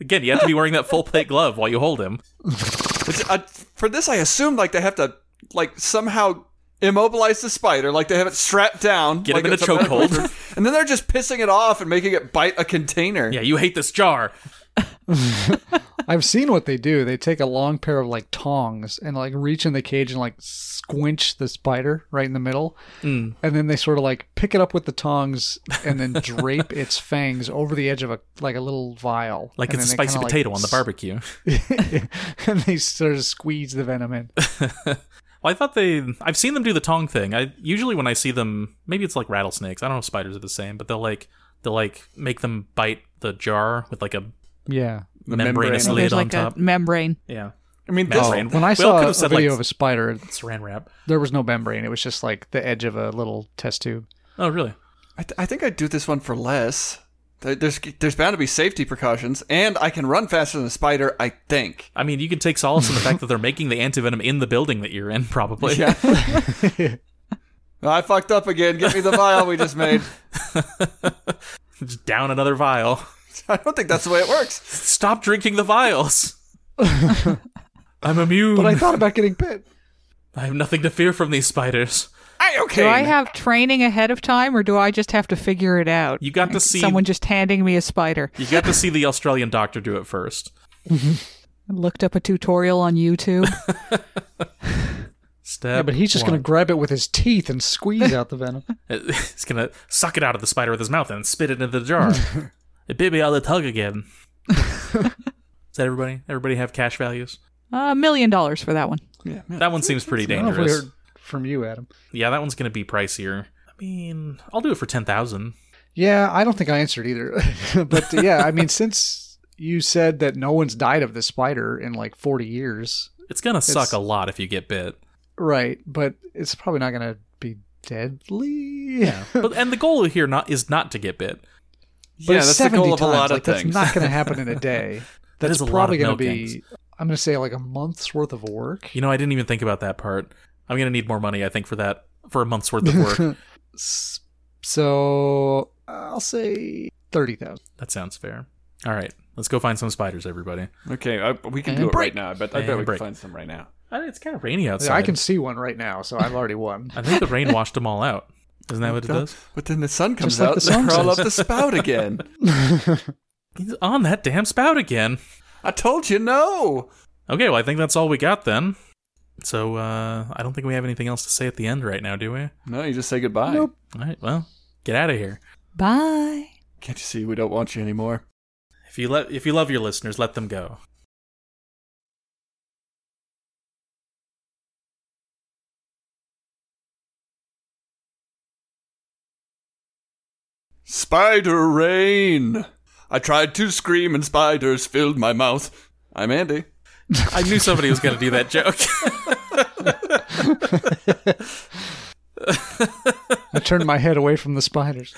Again, you have to be wearing that full plate glove while you hold him.
Which, I, for this, I assume like they have to like somehow immobilize the spider, like they have it strapped down,
Get
like
him in a
it's medical
chokehold.
term. and then they're just pissing it off and making it bite a container.
Yeah, you hate this jar.
I've seen what they do. They take a long pair of like tongs and like reach in the cage and like squinch the spider right in the middle. Mm. And then they sort of like pick it up with the tongs and then drape *laughs* its fangs over the edge of a like a little vial.
Like
And
it's
then
a
they
spicy
kinda, like,
potato on the
*laughs*
barbecue.
and they sort of squeeze the venom in.
Well, I thought they. I've seen them do the tong thing. I usually when I see them, maybe it's like rattlesnakes. I don't know if spiders are the same, but they'll like they'll like make them bite the jar with like a
Yeah.
The
membranous
membrane.
lid
There's
on
like
top.
a membrane.
Yeah, Oh.
I mean, this,
Membrane.
When I
We all
saw
could've
a
said, like,
video of a spider,
saran wrap.
there was no membrane. It was just like the edge of a little test tube.
Oh, really?
I, th- I think I'd do this one for less. There- There's there's bound to be safety precautions, and I can run faster than a spider. I think.
I mean, you can take solace in the
*laughs*
fact that they're making the antivenom in the building that you're in, probably.
Yeah. *laughs* I fucked up again. Get me the vial we just made.
*laughs* Just down another vial.
*laughs*
*laughs*
I don't think that's the way it works.
Stop drinking
*laughs*
the vials. I'm immune. *laughs*
But I thought about getting bit.
I have nothing to fear from these spiders.
I okay.
Do I have training ahead of time or do I just have to figure it out?
You got to see
someone just handing me a spider.
you got to see the Australian doctor do it first.
I looked up a tutorial on
*laughs*
YouTube.
Step.
Yeah, but he's just going to grab it with his teeth and squeeze out the
*laughs*
venom.
gonna he's gonna suck it out of the spider with his mouth and spit it into
*laughs*
the jar. it bit me on the tongue again. *laughs* Is that everybody? Everybody have cash values?
A million dollars for that one.
Yeah, yeah.
That one seems pretty
I don't know if we
dangerous.
heard from you, Adam.
Yeah, that one's gonna be pricier. I mean, I'll do it for ten thousand.
Yeah, I don't think I answered either. *laughs* but uh, yeah, I mean, *laughs* since you said that no one's died of this spider in like 40 years,
It's gonna
It's-
suck a lot if you get bit.
right? But it's probably not going to be deadly. *laughs* Yeah.
But and the goal here not is not to get bit.
But
yeah,
it's
that's the
70
goal of a
times.
lot
like,
of things.
That's not
*laughs*
going to happen in a day. That's
is a lot
probably
of
going to
milkings.
be, I'm going to say like a month's worth of work.
You know, I didn't even think about that part. I'm gonna need more money, I think, for that for a month's worth of
*laughs*
work.
S- So I'll say 30,000.
that sounds fair. All right, let's go find some spiders, everybody.
Okay, I, we can
And
do it
break.
right now. I bet. I
And
bet we can
break.
find some right now.
Uh, It's kind of rainy outside.
Yeah, I can see one right now, so I've already won.
I think the rain washed them all out. Isn't
Oh
that what it does?
But then the sun comes
Just like
out
the
and
song
they crawl
says.
up the
*laughs*
spout again.
He's on that damn spout again.
I told you no.
Okay, well, I think that's all we got then. So uh, I don't think we have anything else to say at the end right now, do we? All
No, you just say goodbye.
Nope.
right, well, get out of here.
Bye.
Can't you see we don't want you anymore?
If you let, if you love your listeners, let them go.
Spider rain. I tried to scream and spiders filled my mouth. I'm Andy.
I knew somebody was going to do that joke.
I turned my head away from the spiders.